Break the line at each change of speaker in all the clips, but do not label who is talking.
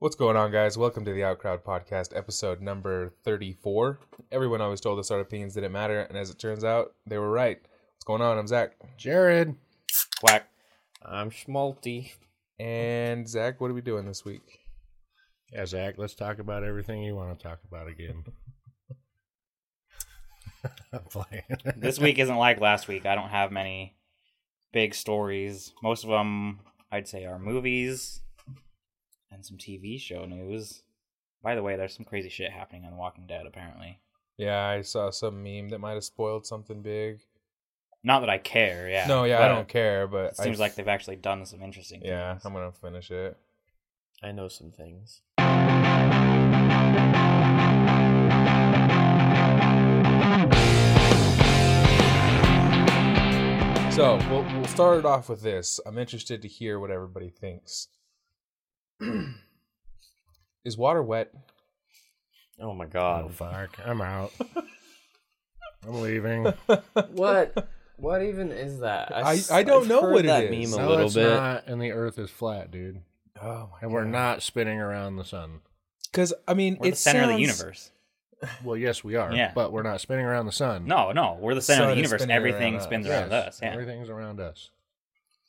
What's going on, guys? Welcome to the Outcrowd Podcast, episode number 34. Everyone always told us our opinions didn't matter, and as it turns out, they were right. What's going on? I'm Zach.
Jared.
Quack. I'm schmalty.
And Zach, what are we doing this week?
Yeah, Zach, let's talk about everything you want to talk about again. I'm playing.
This week isn't like last week. I don't have many big stories. Most of them, I'd say, are movies and some TV show news. By the way, there's some crazy shit happening on The Walking Dead, apparently.
Yeah, I saw some meme that might have spoiled something big.
Not that I care, yeah.
no, yeah, I
but
don't care, but
It seems
I,
like they've actually done some interesting
yeah, I'm
things.
gonna finish it.
I know some things.
So we'll we'll start it off with this. I'm interested to hear what everybody thinks. Is water wet?
Oh my
Oh,
god.
fuck. I'm out. I'm leaving.
What? What even is that?
I-
s-
I don't
I've
know
heard
what it
that
is.
Meme a
no,
little
it's
bit.
not, and the earth is flat, dude.
Oh my
And we're not spinning around the sun.
because I mean
We're
it
the center of the
sounds-
universe.
Well, yes, we are.
Yeah.
But we're not spinning around the sun.
No, no, we're the center
Sun
of
is
the universe.
spinning
Everything
around us.
spins
Yes,
around us. Yeah.
Everything's around us.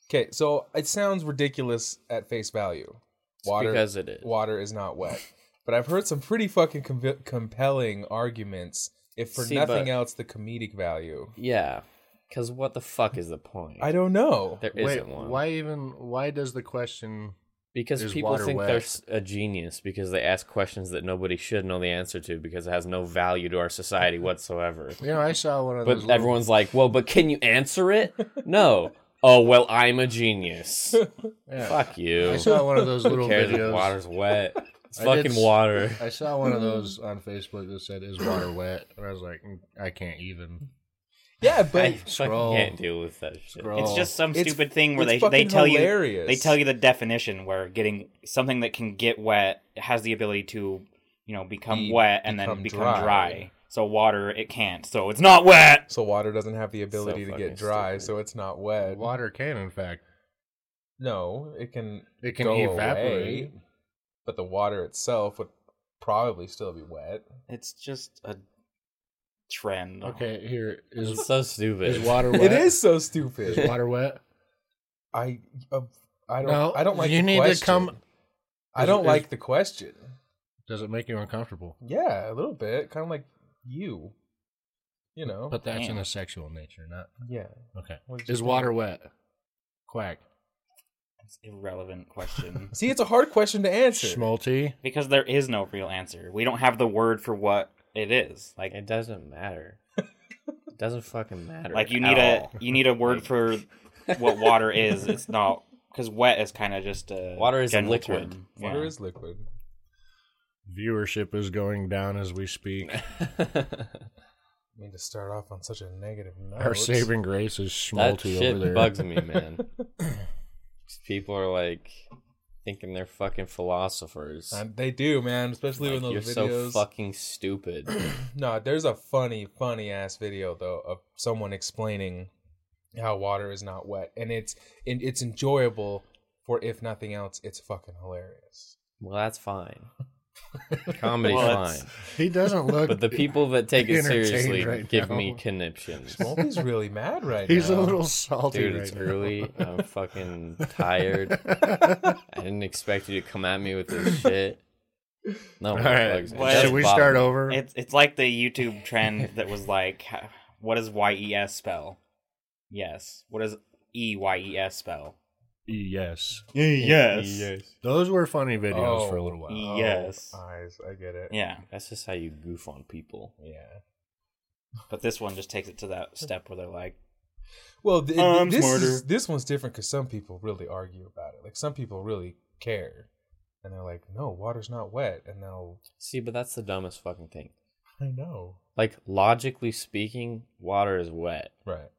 Okay, so it sounds ridiculous at face value.
It's
Water
because it is.
water is not wet. But I've heard some pretty fucking conv- compelling arguments, if for
See,
nothing
but-
else, the comedic value.
Yeah. Because what the fuck is the point?
I don't know.
There
Wait,
isn't one.
why even? Why does the question?
Because
is
people
water
think
wet?
they're s- a genius because they ask questions that nobody should know the answer to because it has no value to our society whatsoever.
You know, I saw one of those.
But
little-
everyone's like, well, but can you answer it? No. Oh, well, I'm a genius.
Yeah.
Fuck
I
you.
saw one of those
Who
little
cares
videos.
if water's wet? It's
I did
fucking
s-
water.
I saw one
Mm.
of those on Facebook that said, "Is water wet?" And I was like, "Mm, "I can't even."
Yeah,
I
but
Scroll.
fucking can't deal with that shit.
Scroll.
It's just some
It's-
stupid thing where
it's
they they
fucking
tell you
hilarious.
they tell you the definition where getting something that can get wet has the ability to you know become
Be-
wet and
become
then become
dry.
dry. So water it can't. So it's not wet.
so water doesn't have the ability to
fucking
get dry,
stupid.
so it's not wet.
Water can, in fact,
No, it can
it can
go
evaporate.
away, but the water itself would probably still be wet.
It's just a trend.
Okay, here
It's
is
so stupid.
is water wet.
It is so
Is
stupid.
water wet?
I uh, I don't
No,
I don't like
you
the
need to
question.
come-
I
is-
don't
is-
like the question.
Does it make you uncomfortable?
Yeah, a little bit, kind of like you. You know.
Oh,
But that's in
Damn.
a sexual nature, not
yeah.
okay.
What did you
Is
think?
water wet? Quack.
It's an irrelevant question
See, it's a hard question to answer.
Schmalti.
because there is no real answer. We don't have the word for what it is. Like
It doesn't matter. It doesn't fucking matter.
like you
at
need a
all.
you need a word for what water is. It's not because wet is kind of just a
Water is a
general
liquid.
term.
Water
Yeah.
is liquid.
Viewership is going down as we speak.
I mean, to start off on such a negative note.
Our saving grace is
that
Schmalti over there.
shit bugs me, man. 'Cause People are like thinking they're fucking philosophers.
And they do, man, especially
Like,
when
you're
those
so
videos.
fucking stupid.
no, there's a funny, funny ass video though of someone explaining how water is not wet, and it's and it's enjoyable for if nothing else, it's fucking hilarious.
well, that's fine. Comedy's
Well,
fine,
that's-
He doesn't look.
but the people that take it
entertained
seriously
right
give
now.
me conniptions.
Smokey's really mad right
He's
now.
a little salty
Dude,
right
it's
now.
early. I'm fucking tired. I didn't expect you to come at me with this shit. No,
All
it
right.
bugs me. It
Well,
does
Should we
bother
start
me.
over?
It's it's like the YouTube trend that was like, h- what does Y E S spell? Yes. What does E Y E S spell?
yes.
Yes.
Those were funny videos
Oh.
for a little while.
Ye- Yes.
uh,
Oh, eyes. I get it.
Yeah.
That's just how you goof on people.
Yeah.
But this one just takes it to that step where they're like,
Well, th-
I'm
this
smarter.
is, this one's different because some people really argue about it. Like some people really care, and they're like, "No, water's not wet," and they'll,
See, but that's the dumbest fucking thing.
"I know,
Like logically speaking, water is wet
right,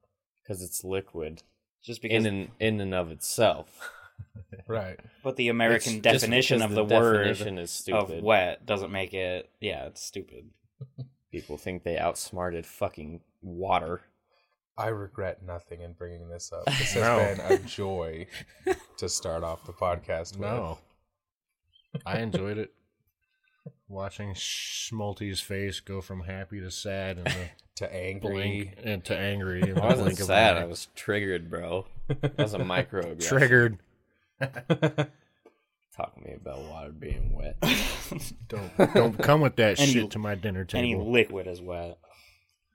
because it's liquid
just because.
in and in and of itself.
right."
but the
It's
American
just
definition of
because
the,
definition
word
is
of
stupid.
wet doesn't make it. Yeah, it's stupid.
People think they outsmarted fucking water.
I regret nothing in bringing this up. This has
No.
been a joy to start off the podcast with.
No. I enjoyed it. Watching Schmalti's face go from happy to sad and the
to angry.
blink and to angry. in the
I wasn't
blink of an
sad.
eye.
I was triggered, bro. That was a microaggression.
triggered.
Talk to me about water being wet.
Don't don't come with that
Any-
shit to my dinner
Any
table.
liquid is wet.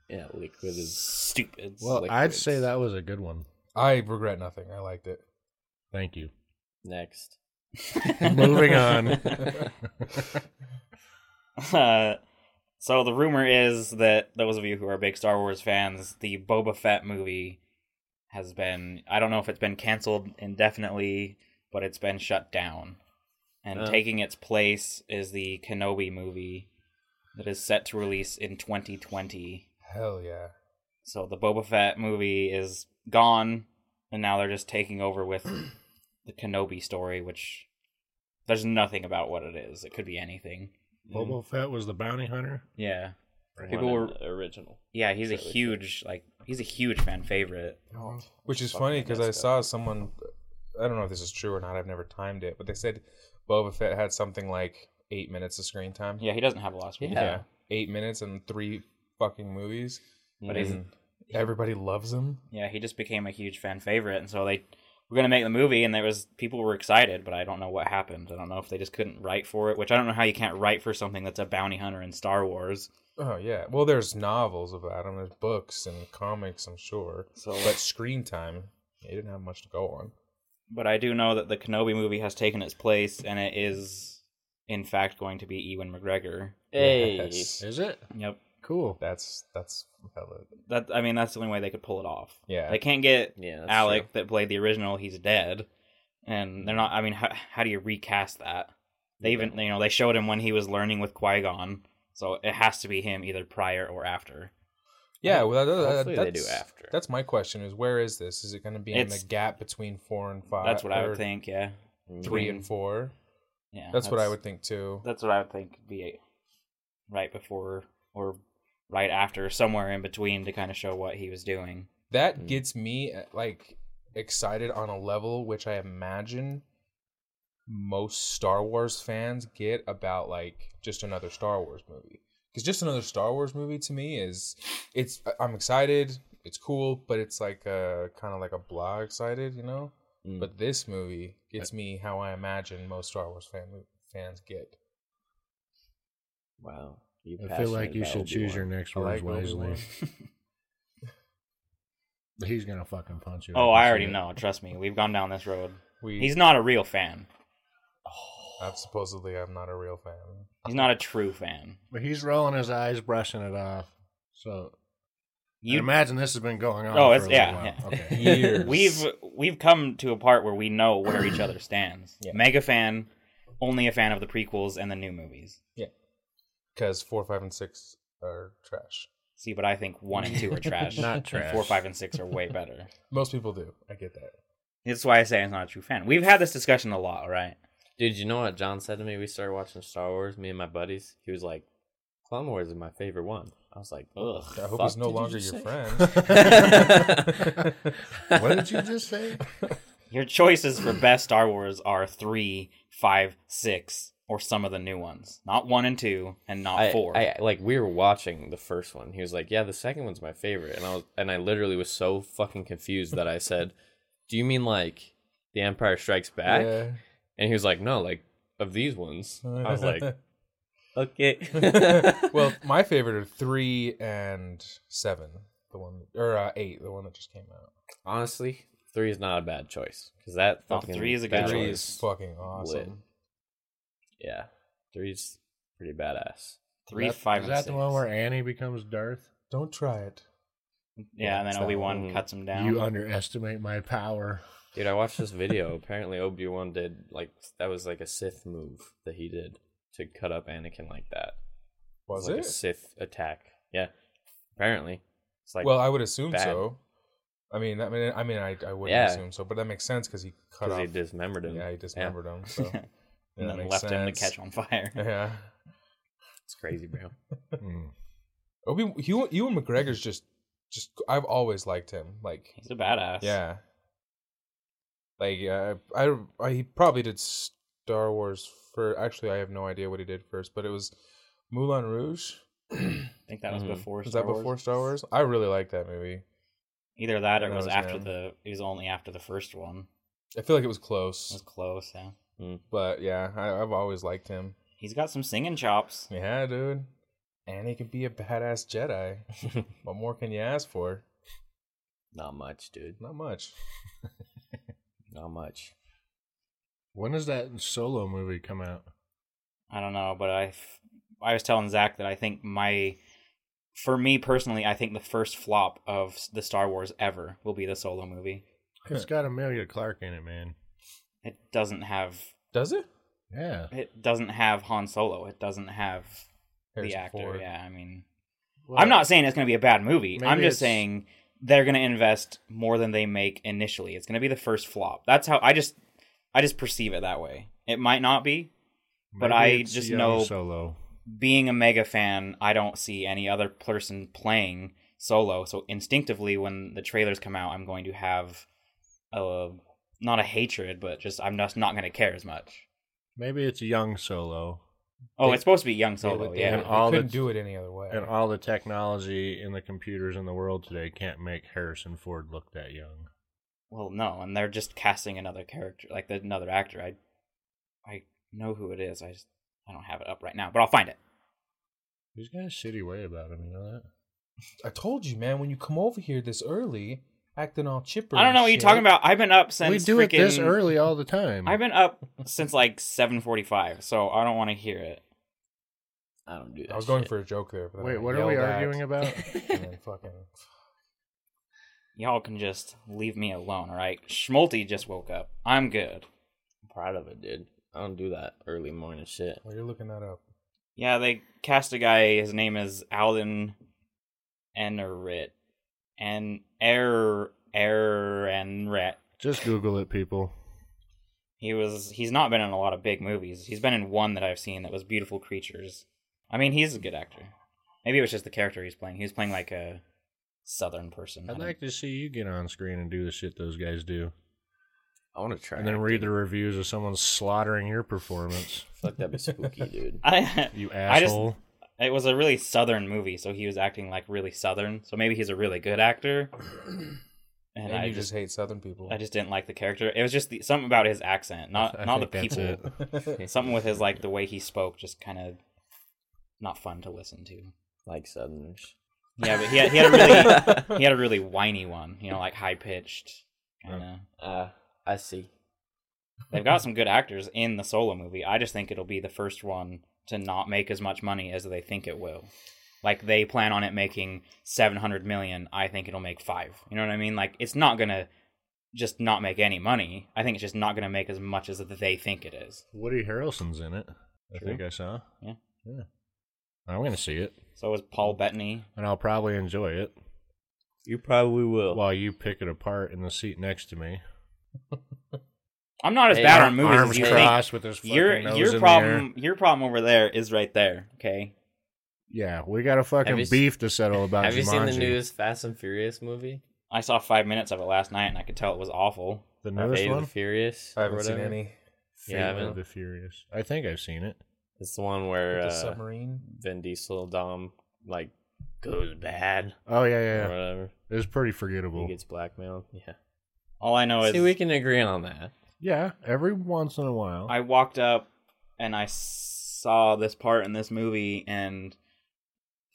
yeah, liquid is
Stupid.
well,
liquids.
I'd say that was a good one.
I regret nothing. I liked it.
Thank you.
next.
Moving on.
Uh, so the rumor is that those of you who are big Star Wars fans, the Boba Fett movie has been I don't know if it's been canceled indefinitely, but it's been shut down. And
Oh.
taking its place is the Kenobi movie that is set to release in 2020.
Hell yeah.
So the Boba Fett movie is gone, and now they're just taking over with the Kenobi story, which there's nothing about what it is. It could be anything.
Boba Fett was the bounty hunter.
Yeah.
People
People
were
were-
original.
Yeah, he's a
Really
huge like he's a huge fan favorite.
Which is
Fucking
funny because I
messed
saw someone. I don't know if this is true or not. I've never timed it, but they said Boba Fett had something like eight minutes of screen time.
Yeah, he doesn't have a lot of screen
Yeah.
time.
eight minutes and three fucking movies.
But he's
And everybody loves him.
yeah, he just became a huge fan favorite and so they were gonna make the movie and there was people were excited, but I don't know what happened. I don't know if they just couldn't write for it, which I don't know how you can't write for something that's a bounty hunter in Star Wars.
Oh yeah. Well, there's novels about him. There's books and comics. I'm sure.
So
But screen time, he didn't have much to go on.
but I do know that the Kenobi movie has taken its place and it is in fact going to be Ewan McGregor.
Hey.
Yes.
Is it
Yep.
cool?
That's that's hella.
That I mean that's the only way they could pull it off.
Yeah.
They can't get
Yeah, that's
Alec that played the original, he's dead, and they're not. I mean, how, how do you recast that? They even you know they showed him when he was learning with Qui Gon, so it has to be him either prior or after.
yeah. Well, that, that,
Hopefully they do
that's-
after.
That's my question: Is where is this? Is it going to be in
It's-
the gap between four and five?
That's what I
or
would think. Yeah,
Mm.
Three and four.
yeah.
That's, what I would think too.
That's what I would think. Be it right before or right after, somewhere in between, to kind of show what he was doing.
That
Mm.
gets me uh, like excited on a level which I imagine most Star Wars fans get about like just another Star Wars movie. Because just another Star Wars movie to me is it's I- I'm excited, it's cool, but it's like a kind of like a blah excited, you know.
Mm.
But this movie gets me how I imagine most Star Wars fan fans get.
Wow. You
I feel like
passionate
you
about
should choose your
Obi-Wan.
next
I
words
like
wisely.
Obi-Wan.
He's gonna fucking punch you.
Oh,
in the
I already
shit.
know. Trust me, we've gone down this road.
We
He's not a real fan.
Oh.
I'm supposedly I'm not a real fan.
He's not a true fan.
But he's rolling his eyes, brushing it off. So you
You
imagine this has been going on.
Oh,
for
it's-
a
yeah,
little while.
yeah.
Okay.
Years.
we've we've come to a part where we know where each other stands.
Yeah.
Mega fan, only a fan of the prequels and the new movies.
because four, five, and six are trash.
See, but I think one and two are trash.
Not
And
trash.
Four, five, and six are way better.
Most people do. I get that.
That's why I say it's not a true fan. We've had this discussion a lot, right?
Dude, you know what John said to me? We started watching Star Wars, me and my buddies. He was like, Clone Wars is my favorite one. I was like, ugh.
I hope
fuck
he's no
did you
longer
just
your
say?
friend.
what did you just say?
Your choices for best Star Wars are three, five, six, or some of the new ones. Not one and two, and not
I,
uh, four.
I like we were watching the first one. He was like, "Yeah, the second one's my favorite," and I was and I literally was so fucking confused that I said, "Do you mean like The Empire Strikes Back?"
yeah.
And he was like, "No, like of these ones." I was like, "Okay."
well, my favorite are three and seven. The one or uh, eight, the one that just came out.
honestly, three is not a bad choice because that
No,
fucking
three is a good
battle
Three
choice.
is fucking awesome.
lit. Yeah, three's pretty badass.
three,
Is that-
five,
Is
and
that
six.
the one where Annie becomes Darth?
Don't try it.
yeah, and
it's
then
that
Obi Wan
one.
cuts him down.
um, You underestimate my power.
Dude, I watched this video. Apparently, Obi Wan did like that was like a Sith move that he did to cut up Anakin like that.
Was
like
it?
a Sith attack? Yeah, apparently. It's like
well, I would assume
bad.
so. I mean, I mean, I mean, I, I wouldn't
Yeah.
assume so, but that makes sense because he cut
because
off.
he dismembered him.
yeah, he dismembered him. So yeah,
and
that
then
makes
left him to
sense.
catch on fire.
Yeah.
It's crazy, bro.
Hmm.
Mm. Obi Ewan, Ewan McGregor's just just I've always liked him. Like
He's a badass.
yeah, like uh, I, I he probably did Star Wars for actually I have no idea what he did first, but it was Moulin Rouge.
I think that was
Mhm.
before.
was
Star
that
Wars.
before Star Wars? I really like that movie.
Either that or
That
it was
was
after
him.
the. It was only after the first one.
I feel like it was
It was
close,
close. Yeah,
but yeah, I, I've always liked him.
he's got some singing chops.
Yeah, dude. And he could be a badass Jedi. What more can you ask for?
Not much, dude.
Not much.
Not much.
When does that solo movie come out?
I don't know, but I, f- I was telling Zach that I think my, for me personally, I think the first flop of s- the Star Wars ever will be the Solo movie.
It's got Amelia Clark in it, man.
It doesn't have.
Does it?
Yeah.
It doesn't have Han Solo. It doesn't have the
Harrison
actor.
Ford.
Yeah, I mean,
Well,
I'm not saying it's going to be a bad movie. I'm
Maybe
just
it's-
saying they're going to invest more than they make initially. It's going to be the first flop. That's how I just I just perceive it that way. It might not be. but
maybe
I
it's
just
young
know-
solo.
Being a mega fan, I don't see any other person playing solo. So instinctively when the trailers come out, I'm going to have a not a hatred, but just I'm just not going to care as much.
Maybe it's young solo,
Oh,
They-
it's supposed to be young
They-
solo.
they-
yeah.
they
And all
couldn't
the-
do it any other way.
and all the technology and the computers in the world today can't make Harrison Ford look that young.
Well, no, and they're just casting another character, like the- another actor. I, I know who it is. I just I don't have it up right now, but I'll find it.
He's got a shitty way about him, you know that?
I told you, man, when you come over here this early, acting all chipper.
I don't know what you're talking about. I've been up since
we do it
freaking,
this early all the time.
I've been up since like 7:45, so I don't want to hear it.
I don't do that.
I was going
shit.
for a joke there. But then
Wait,
I
what are we
yelled at
arguing about?
And then fucking,
Y'all can just leave me alone, all right? Schmalti just woke up. I'm good.
I'm proud of it, dude. I don't do that early morning shit.
well, you're looking that up.
Yeah, they cast a guy. His name is Alden Enrit, and Er Enret.
Just Google it, people.
He was he's not been in a lot of big movies. He's been in one that I've seen that was Beautiful Creatures. I mean, he's a good actor. Maybe it was just the character he's playing. He was playing like a southern person. I
I'd
don't-
like to see you get on screen and do the shit those guys do.
I want to try.
And then read the
acting.
reviews of someone slaughtering your performance.
Fuck that'd be spooky, dude.
I,
You
just-
asshole.
it was a really southern movie, so he was acting like really southern. So maybe he's a really good actor. And
And
I
you
just,
just hate Southern people.
I just didn't like the character. It was just the, something about his accent, not
I
not the
think that's
people.
it.
Something with his like the way he spoke, just kind of not fun to listen to.
Like Southerners.
Yeah, but he had, he had a really he had a really whiny one, you know, like high pitched. Kind of.
Uh, I see.
They've got some good actors in the solo movie. I just think it'll be the first one to not make as much money as they think it will. Like they plan on it making seven hundred million. I think it'll make five. You know what I mean? Like it's not gonna just not make any money. I think it's just not gonna make as much as they think it is.
Woody Harrelson's in it. I
True.
think I saw.
Yeah.
Yeah. I'm going to see it.
So is Paul Bettany.
And I'll probably enjoy it
You probably will.
while you pick it apart in the seat next to me.
I'm not as
Hey,
bad
ar-
on movies
Arms
as you think.
crossed with his fucking
Your
nose in
your
the air.
problem your problem over there is right there. Okay,
Yeah, we got a fucking
Have you se-
beef to settle about
Have you seen the
Jumanji.
newest Fast and Furious movie?
I saw five minutes of it last night and I could tell it was awful.
The
Or
newest
Fate of
one?
the Furious.
I
or
haven't seen
whatever?
any.
Yeah,
Fate
I haven't.
of the Furious. I think I've seen it.
It's the one where
With the
uh,
submarine.
Vin Diesel Dom like goes bad
Oh yeah,
or
yeah. yeah.
whatever.
It was pretty
He
forgettable.
gets blackmailed. Yeah.
All I know is
See, we can agree on that.
Yeah, every once in a while.
I walked up and I saw this part in this movie, and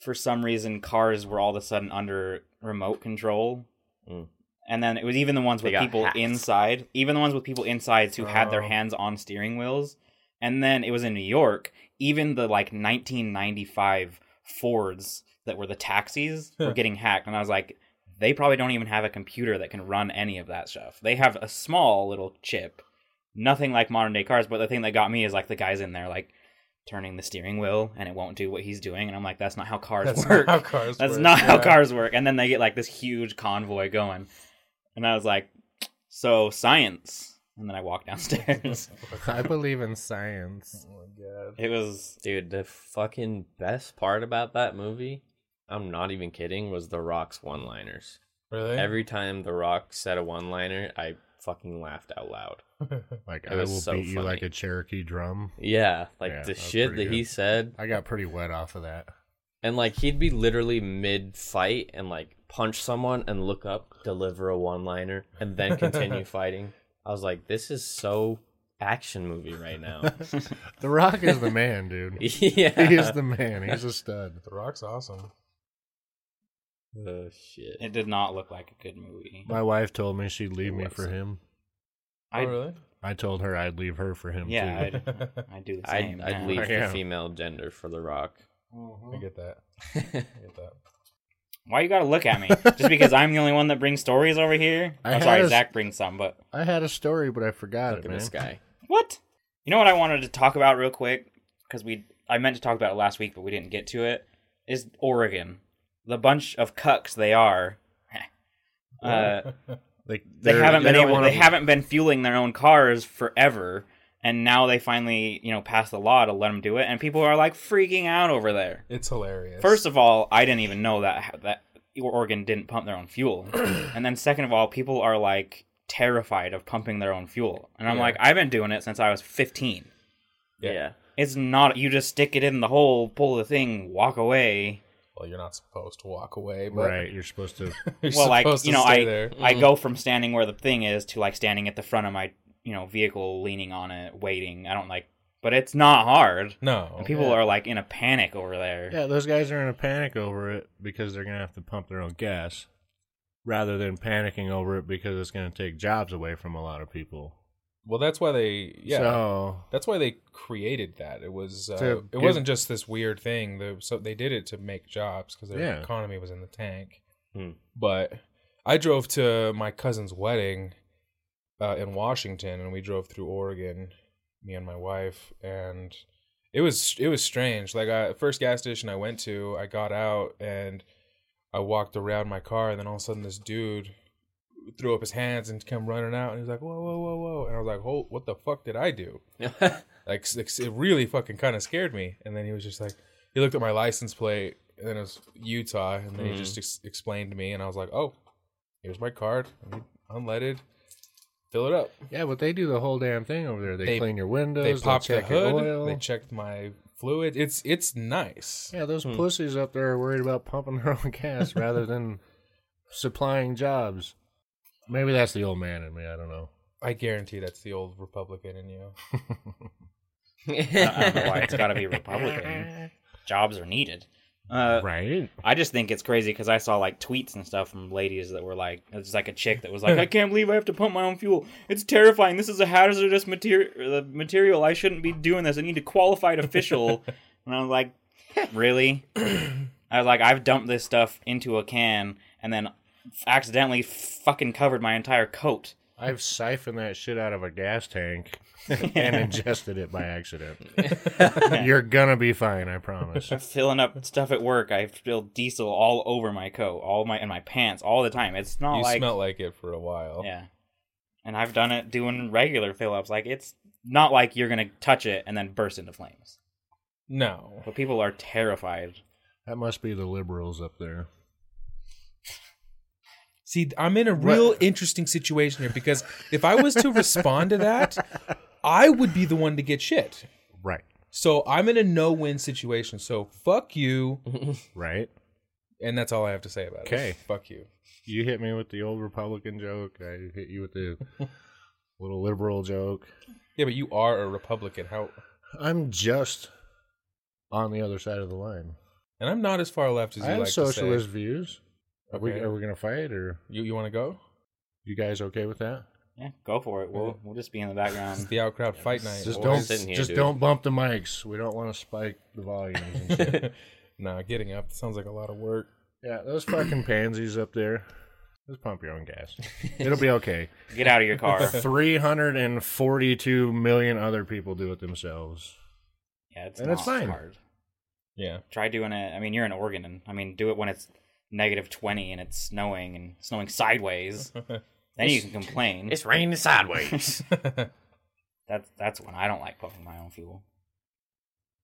for some reason, cars were all of a sudden under remote control.
Mm.
And then it was even the ones
They
with
got
people
hacked.
inside, even the ones with people inside who had their
Oh.
hands on steering wheels. And then it was in New York, even the like 1995 Fords that were the taxis were getting hacked. And I was like, they probably don't even have a computer that can run any of that stuff. They have a small little chip, nothing like modern day cars. But the thing that got me is like the guys in there like turning the steering wheel and it won't do what he's doing, and I'm like, that's not how cars
That's
work.
not how cars
that's
work,
not how
yeah.
cars work. And then they get like this huge convoy going, and I was like, so science. And then I walked downstairs.
I believe in science.
Oh my god.
it was
Dude, the fucking best part about that movie, I'm not even kidding, was The Rock's one liners.
Really?
Every time The Rock said a one liner, I fucking laughed out loud.
Like
It
I will
was so
beat you like
funny.
a Cherokee drum.
Yeah, like
Yeah,
the
that was
shit that
pretty
he
good.
said,
I got pretty wet off of that.
and like he'd be literally mid fight and like punch someone and look up, deliver a one liner, and then continue fighting. I was like, this is so action movie right now.
The Rock is the man, dude.
yeah.
He is the man. He's a stud.
The Rock's awesome.
oh shit.
It did not look like a good movie.
My wife told me she'd leave me
What's
for
it?
him.
I
oh, really?
I told her I'd leave her for him
yeah,
too.
I'd, I'd do the
I'd,
same.
I'd
now.
leave the
Yeah.
female gender for The Rock.
Mm-hmm.
I get that. I get that.
Why you gotta look at me? Just because I'm the only one that brings stories over here?
I
I'm
had
sorry,
a s-
Zach brings some, but
I had a story, but I forgot
Look
it,
at
man.
this guy.
what? You know what I wanted to talk about real quick? Because we I meant to talk about it last week, but we didn't get to it. Is Oregon. The bunch of cucks they are. Uh,
Like
they
they're-
haven't
they
been
don't
able,
wanna-
they haven't been fueling their own cars forever and now they finally you know passed the law to let them do it and people are like freaking out over there
It's hilarious.
first of all i didn't even know that that oregon didn't pump their own fuel and then second of all people are like terrified of pumping their own fuel and i'm
Yeah.
like i've been doing it since i was 15
Yeah.
Yeah.
it's not you just stick it in the hole pull the thing walk away
well, you're not supposed to walk away, but
Right, you're supposed to.
you're
well like
supposed
you
to
know
stay
i
there.
i go from standing where the thing is to like standing at the front of my you know vehicle leaning on it waiting i don't like but it's not hard
No.
and people are like in a panic over there
Yeah, those guys are in a panic over it because they're gonna have to pump their own gas, rather than panicking over it because it's gonna take jobs away from a lot of people.
Well, that's why they. Yeah.
So
That's why they created that. It was. Uh,
To
it
give-
wasn't just this weird thing. The, so they did it to make jobs because their
Yeah.
economy was in the tank.
Hmm.
But I drove to my cousin's wedding uh, in Washington, and we drove through Oregon, me and my wife, and it was it was strange. Like, I, first gas station I went to, I got out and I walked around my car, and then all of a sudden this dude threw up his hands and came running out, and he was like, "Whoa, whoa, whoa, whoa!" And I was like, "Hold, what the fuck did I do?" like s- like, it really fucking kind of scared me and then he was just like he looked at my license plate and then it was utah and then
Mhm.
he
Mm-hmm.
just ex- explained to me and i was like oh here's my card unleaded fill it up
yeah, but they do the whole damn thing over there. They,
They-
clean your windows.
they popped the
check your
hood
oil.
they checked my fluid it's it's nice
yeah, those
Hmm.
pussies up there are worried about pumping their own gas rather than supplying jobs. Maybe that's the old man in me. I don't know.
i guarantee that's the old republican in you
Uh-uh.
i don't know why it's got to be republican jobs are needed uh,
right?
I just think it's crazy because I saw like tweets and stuff from ladies that were like, it's like a chick that was like, I can't believe I have to pump my own fuel. It's terrifying. This is a hazardous material. Material. I shouldn't be doing this. I need a qualified official. and I was like, really? I was like, I've dumped this stuff into a can and then accidentally fucking covered my entire coat.
I've siphoned that shit out of a gas tank and ingested it by accident. You're gonna be fine, I promise.
Filling up stuff at work. I spilled diesel all over my coat, all my and my pants all the time. It's not
you
like
smelt like it for a while
Yeah. And I've done it doing regular fill ups. Like it's not like you're gonna touch it and then burst into flames.
no
But people are terrified.
That must be the liberals up there.
See, I'm in a real interesting situation here because if I was to respond to that, I would be the one to get shit.
Right.
So I'm in a no-win situation. So fuck you,
Right.
and that's all I have to say about it.
Okay.
fuck you.
You hit me with the old Republican joke. I hit you with the little liberal joke.
Yeah, but you are a Republican. How?
I'm just on the other side of the line.
And I'm not as far left as you
I have
like
socialist views. Are we
Okay.
are we gonna fight or
to say. You you want to go?
you guys okay with that?
Yeah, go for it. We'll we'll just be in the
It's
background.
the outcrowd fight night.
Just
boys.
don't
sitting here,
just
dude.
don't bump the mics. We don't want to spike the volumes and shit.
Nah, getting up sounds like a lot of work.
Yeah, those fucking pansies up there. Just pump your own gas. It'll be okay.
Get out of your car.
342 million other people do it themselves.
Yeah, it's
And
not
it's fine.
hard.
Yeah,
Try doing it. I mean, you're in Oregon, and I mean, do it when it's negative twenty and it's snowing and snowing sideways. then you can complain.
it's raining sideways.
That's that's when I don't like pumping my own fuel.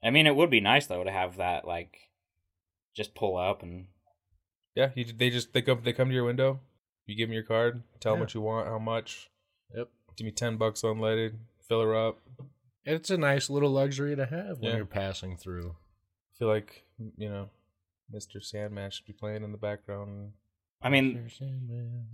I mean, it would be nice though to have that like, just pull up and
yeah. You, they just they come they come to your window. You give them your card. Tell them
Yeah.
what you want, how much,
Yep.
Give me ten bucks unleaded. Fill her up.
It's a nice little luxury to have when
Yeah.
you're passing through.
I feel like you know, Mr. Sandman should be playing in the background.
I mean,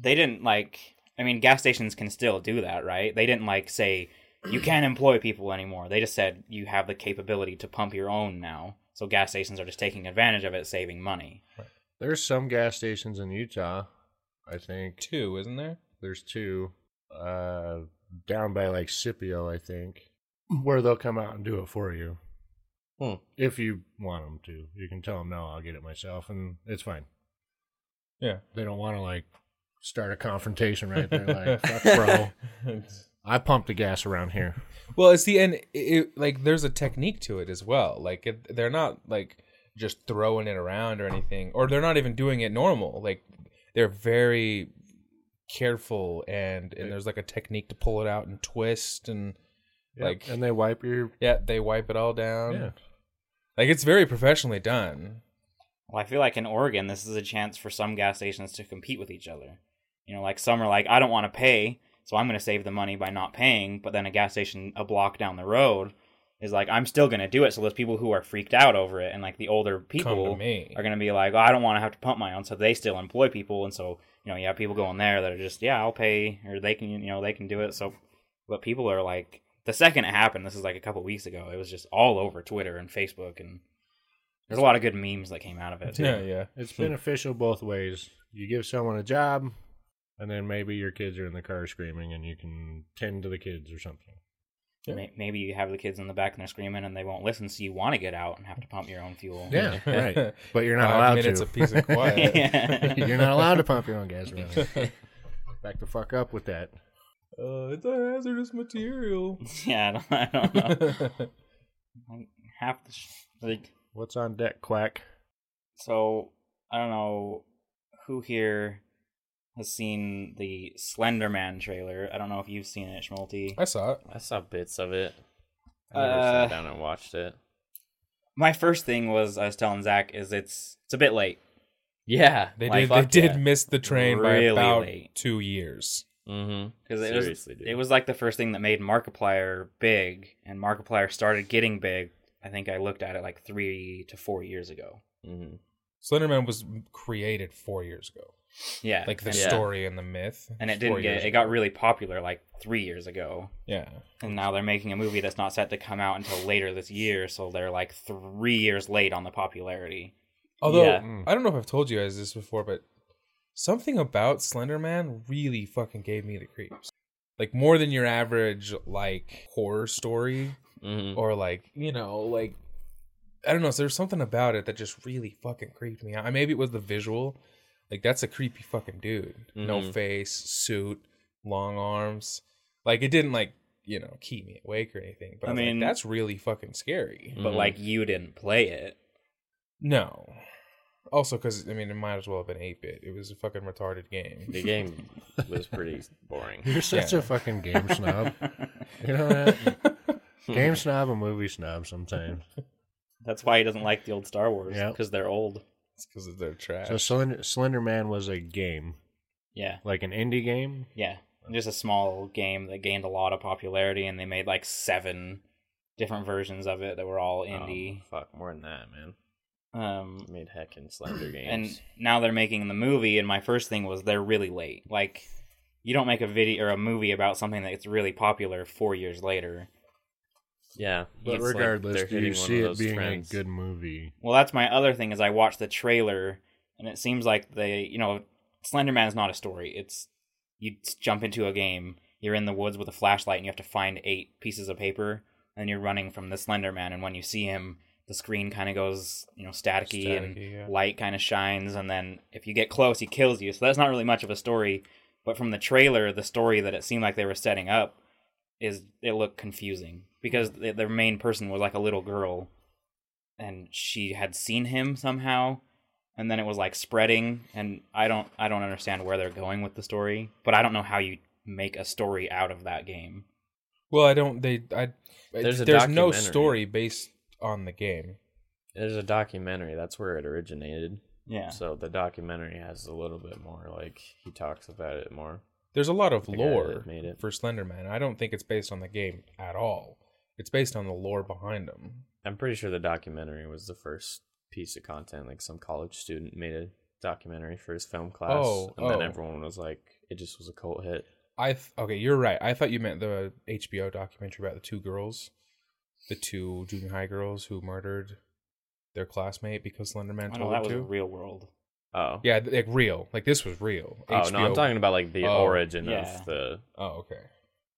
they didn't like. I mean, gas stations can still do that, right? They didn't like say you can't employ people anymore. They just said you have the capability to pump your own now. So gas stations are just taking advantage of it, saving money.
There's some gas stations in Utah. I think
Two, isn't there?
there's two uh, down by like Scipio, I think, where they'll come out and do it for you
Hmm.
if you want them to. You can tell them no, I'll get it myself, and it's fine.
Yeah.
They don't want to like start a confrontation right there. Like, fuck, bro, I pump the gas around here.
well, it's the end. It, like, there's a technique to it as well. Like, it, they're not like just throwing it around or anything, or they're not even doing it normal. Like, they're very careful, and and there's like a technique to pull it out and twist, and Like-
Like, and they wipe your
yeah, they wipe it all down.
yeah.
Like, it's very professionally done.
Well, I feel like in Oregon, this is a chance for some gas stations to compete with each other. You know, like some are like, I don't want to pay, so I'm going to save the money by not paying. But then a gas station a block down the road is like, I'm still going to do it. So those people who are freaked out over it and like the older
Come to
people
me.
are going to be like, oh, I don't want to have to pump my own. So they still employ people. And so, you know, you have people going there that are just, yeah, I'll pay or they can, you know, they can do it. So, but people are like, the second it happened, this is like a couple weeks ago, it was just all over Twitter and Facebook. And there's a lot of good memes that came out of it. too.
Yeah, yeah.
It's beneficial both ways. You give someone a job, and then maybe your kids are in the car screaming, and you can tend to the kids or something.
Yeah.
May- Maybe you have the kids in the back and they're screaming and they won't listen, so you want to get out and have to pump your own fuel.
Yeah, right. But you're not
Five
allowed
minutes
to.
of peace and quiet.
Yeah.
you're not allowed to pump your own gas around. here. Back the fuck up with that.
Uh, it's a hazardous material.
yeah, I don't, I don't know. Like, half the sh- like,
What's on deck, quack?
so I don't know who here has seen the Slender Man trailer. I don't know if you've seen it, Schmalti.
I saw it.
I saw bits of it. I never
Uh,
sat down and watched it.
My first thing was I was telling Zach is it's it's a bit late.
Yeah,
They
Like,
did.
fuck
they
yeah.
did miss the train
Really
by about
late.
two years.
Mm-hmm.
Because it was,
Seriously, dude.
it was like the first thing that made Markiplier big, and Markiplier started getting big. I think I looked at it like three to four years ago.
Mm-hmm.
Slenderman was created four years ago.
Yeah,
Like the
and,
Yeah.
story and the myth.
and it
Four years
didn't get it
ago.
got really popular like three years ago,
Yeah.
and now they're making a movie that's not set to come out until later this year, so they're like three years late on the popularity.
Although
Yeah.
Mm.
I don't know if I've told you guys this before, but something about Slenderman really fucking gave me the creeps. Like more than your average like horror story
Mm-hmm.
or like you know like I don't know. So there's something about it that just really fucking creeped me out. Maybe it was the visual. Like that's a creepy fucking dude. No
Mhm.
face, suit, long arms. Like it didn't like you know keep me awake or anything. But
I
I, mean
mean- Mm.
that's really fucking scary.
But
Mhm.
like you didn't play it.
No. Also, because I mean, it might as well have been eight bit. It was a fucking retarded game.
The game was pretty boring.
You're such
Yeah.
a fucking game snob. You know that? game snob and movie snob sometimes.
That's why he doesn't like the old Star Wars
Yeah.
because they're old.
It's because of their trash.
So Slender, Slender Man was a game,
Yeah,
like an indie game.
yeah. Just a small game that gained a lot of popularity, and they made like seven different versions of it that were all indie.
Oh, fuck, more than that, man.
Um,
Made heck in Slender games.
and now they're making the movie and my first thing was they're really late like you don't make a video or a movie about something that's really popular four years later
yeah,
But
it's like
regardless,
they're
do you
hitting one
see
of
it
those
being
trends.
a good movie?
well that's my other thing is i watched the trailer and it seems like they you know slender man is not a story it's you s- jump into a game you're in the woods with a flashlight and you have to find eight pieces of paper and you're running from the slender man and when you see him the screen kind of goes you know staticky, and
Staticky, yeah.
light kind of shines and then if you get close he kills you so that's not really much of a story but from the trailer the story that it seemed like they were setting up is it looked confusing because th- their main person was like a little girl and she had seen him somehow and then it was like spreading and i don't i don't understand where they're going with the story but i don't know how you make a story out of that game
well, I don't. They. I.
There's
There's,
a
no
documentary.
story based on the game.
There's a documentary. That's where it originated.
yeah
So the documentary has a little bit more. Like he talks about it more.
There's a lot of
guy that
lore
made it.
for Slender Man. I don't think it's based on the game at all. It's based on the lore behind him.
I'm pretty sure the documentary was the first piece of content. Like some college student made a documentary for his film class,
Oh,
and then
oh.
everyone was like, "It just was a cult hit."
I th- okay, you're right. I thought you meant the HBO documentary about the two girls, the two junior high girls who murdered their classmate because Slender Man
Oh, no,
told
that
them
was
to.
real world.
Oh,
yeah, th- like real. Like this was real.
Oh no, I'm talking about like the
Oh,
origin
yeah.
of the
Oh, okay.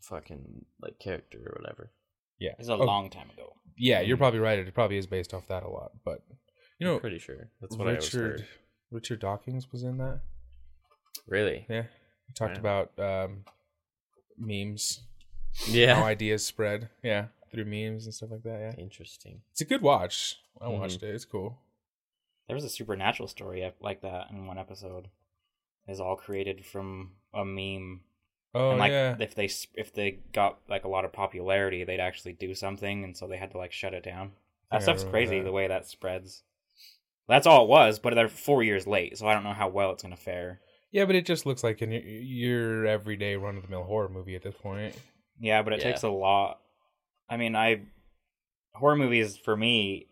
fucking like character or whatever.
Yeah.
It was a
Oh,
long Mm-hmm. time ago.
Yeah, you're probably right. It probably is based off that a lot, but you know,
I'm pretty sure that's what I always
Richard
heard.
Richard Dawkins was in that.
Really?
Yeah, we talked about um, memes,
Yeah.
how ideas spread. Yeah, through memes and stuff like that. Yeah,
Interesting.
it's a good watch. I
Mhm.
watched it. It's cool.
There was a supernatural story ep- like that in one episode. It was all created from a meme.
Oh
and like
yeah,
if they s- if they got like a lot of popularity, they'd actually do something, and so they had to like shut it
I
down. That
think I
stuff's
remember
crazy
that.
the way that spreads. That's all it was, but they're four years late, so I don't know how well it's gonna fare.
yeah, but it just looks like an, your everyday run of the mill horror movie at this point.
Yeah, but it
Yeah.
takes a lot. I mean, I horror movies for me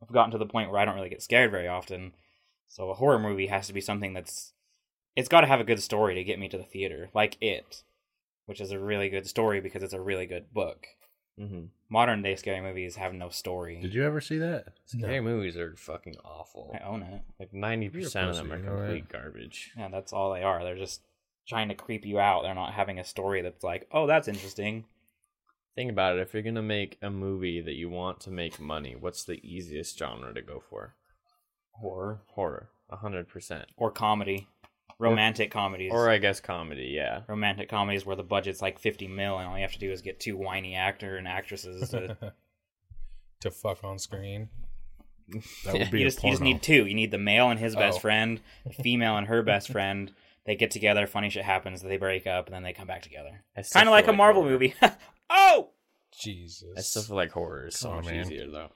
have gotten to the point where I don't really get scared very often. So a horror movie has to be something that's it's got to have a good story to get me to the theater, like it, which is a really good story because it's a really good book.
Mm-hmm.
Modern day scary movies have no story.
Did you ever see that?
Scary movies are fucking awful.
I own it.
Like ninety percent of them
You're
are
a pussy, you know that.
complete garbage.
Yeah, that's all they are. They're just trying to creep you out. They're not having a story that's like, oh, that's interesting.
Think about it. If you're gonna make a movie that you want to make money, what's the easiest genre to go for?
Horror
Horror, hundred percent.
or comedy, romantic comedies.
Or I guess comedy. Yeah.
romantic comedies where the budget's like 50 mil and all you have to do is get two whiny actor and actresses to,
to fuck on screen.
That would be
you,
a
just, you just
porno.
need two you need the male and his best
Oh.
friend the female and her best friend they get together funny shit happens they break up and then they come back together
I still
kind of
feel
like a marvel
horror-
movie oh
Jesus.
I still feel like horror is so
Come on,
much
man.
easier though,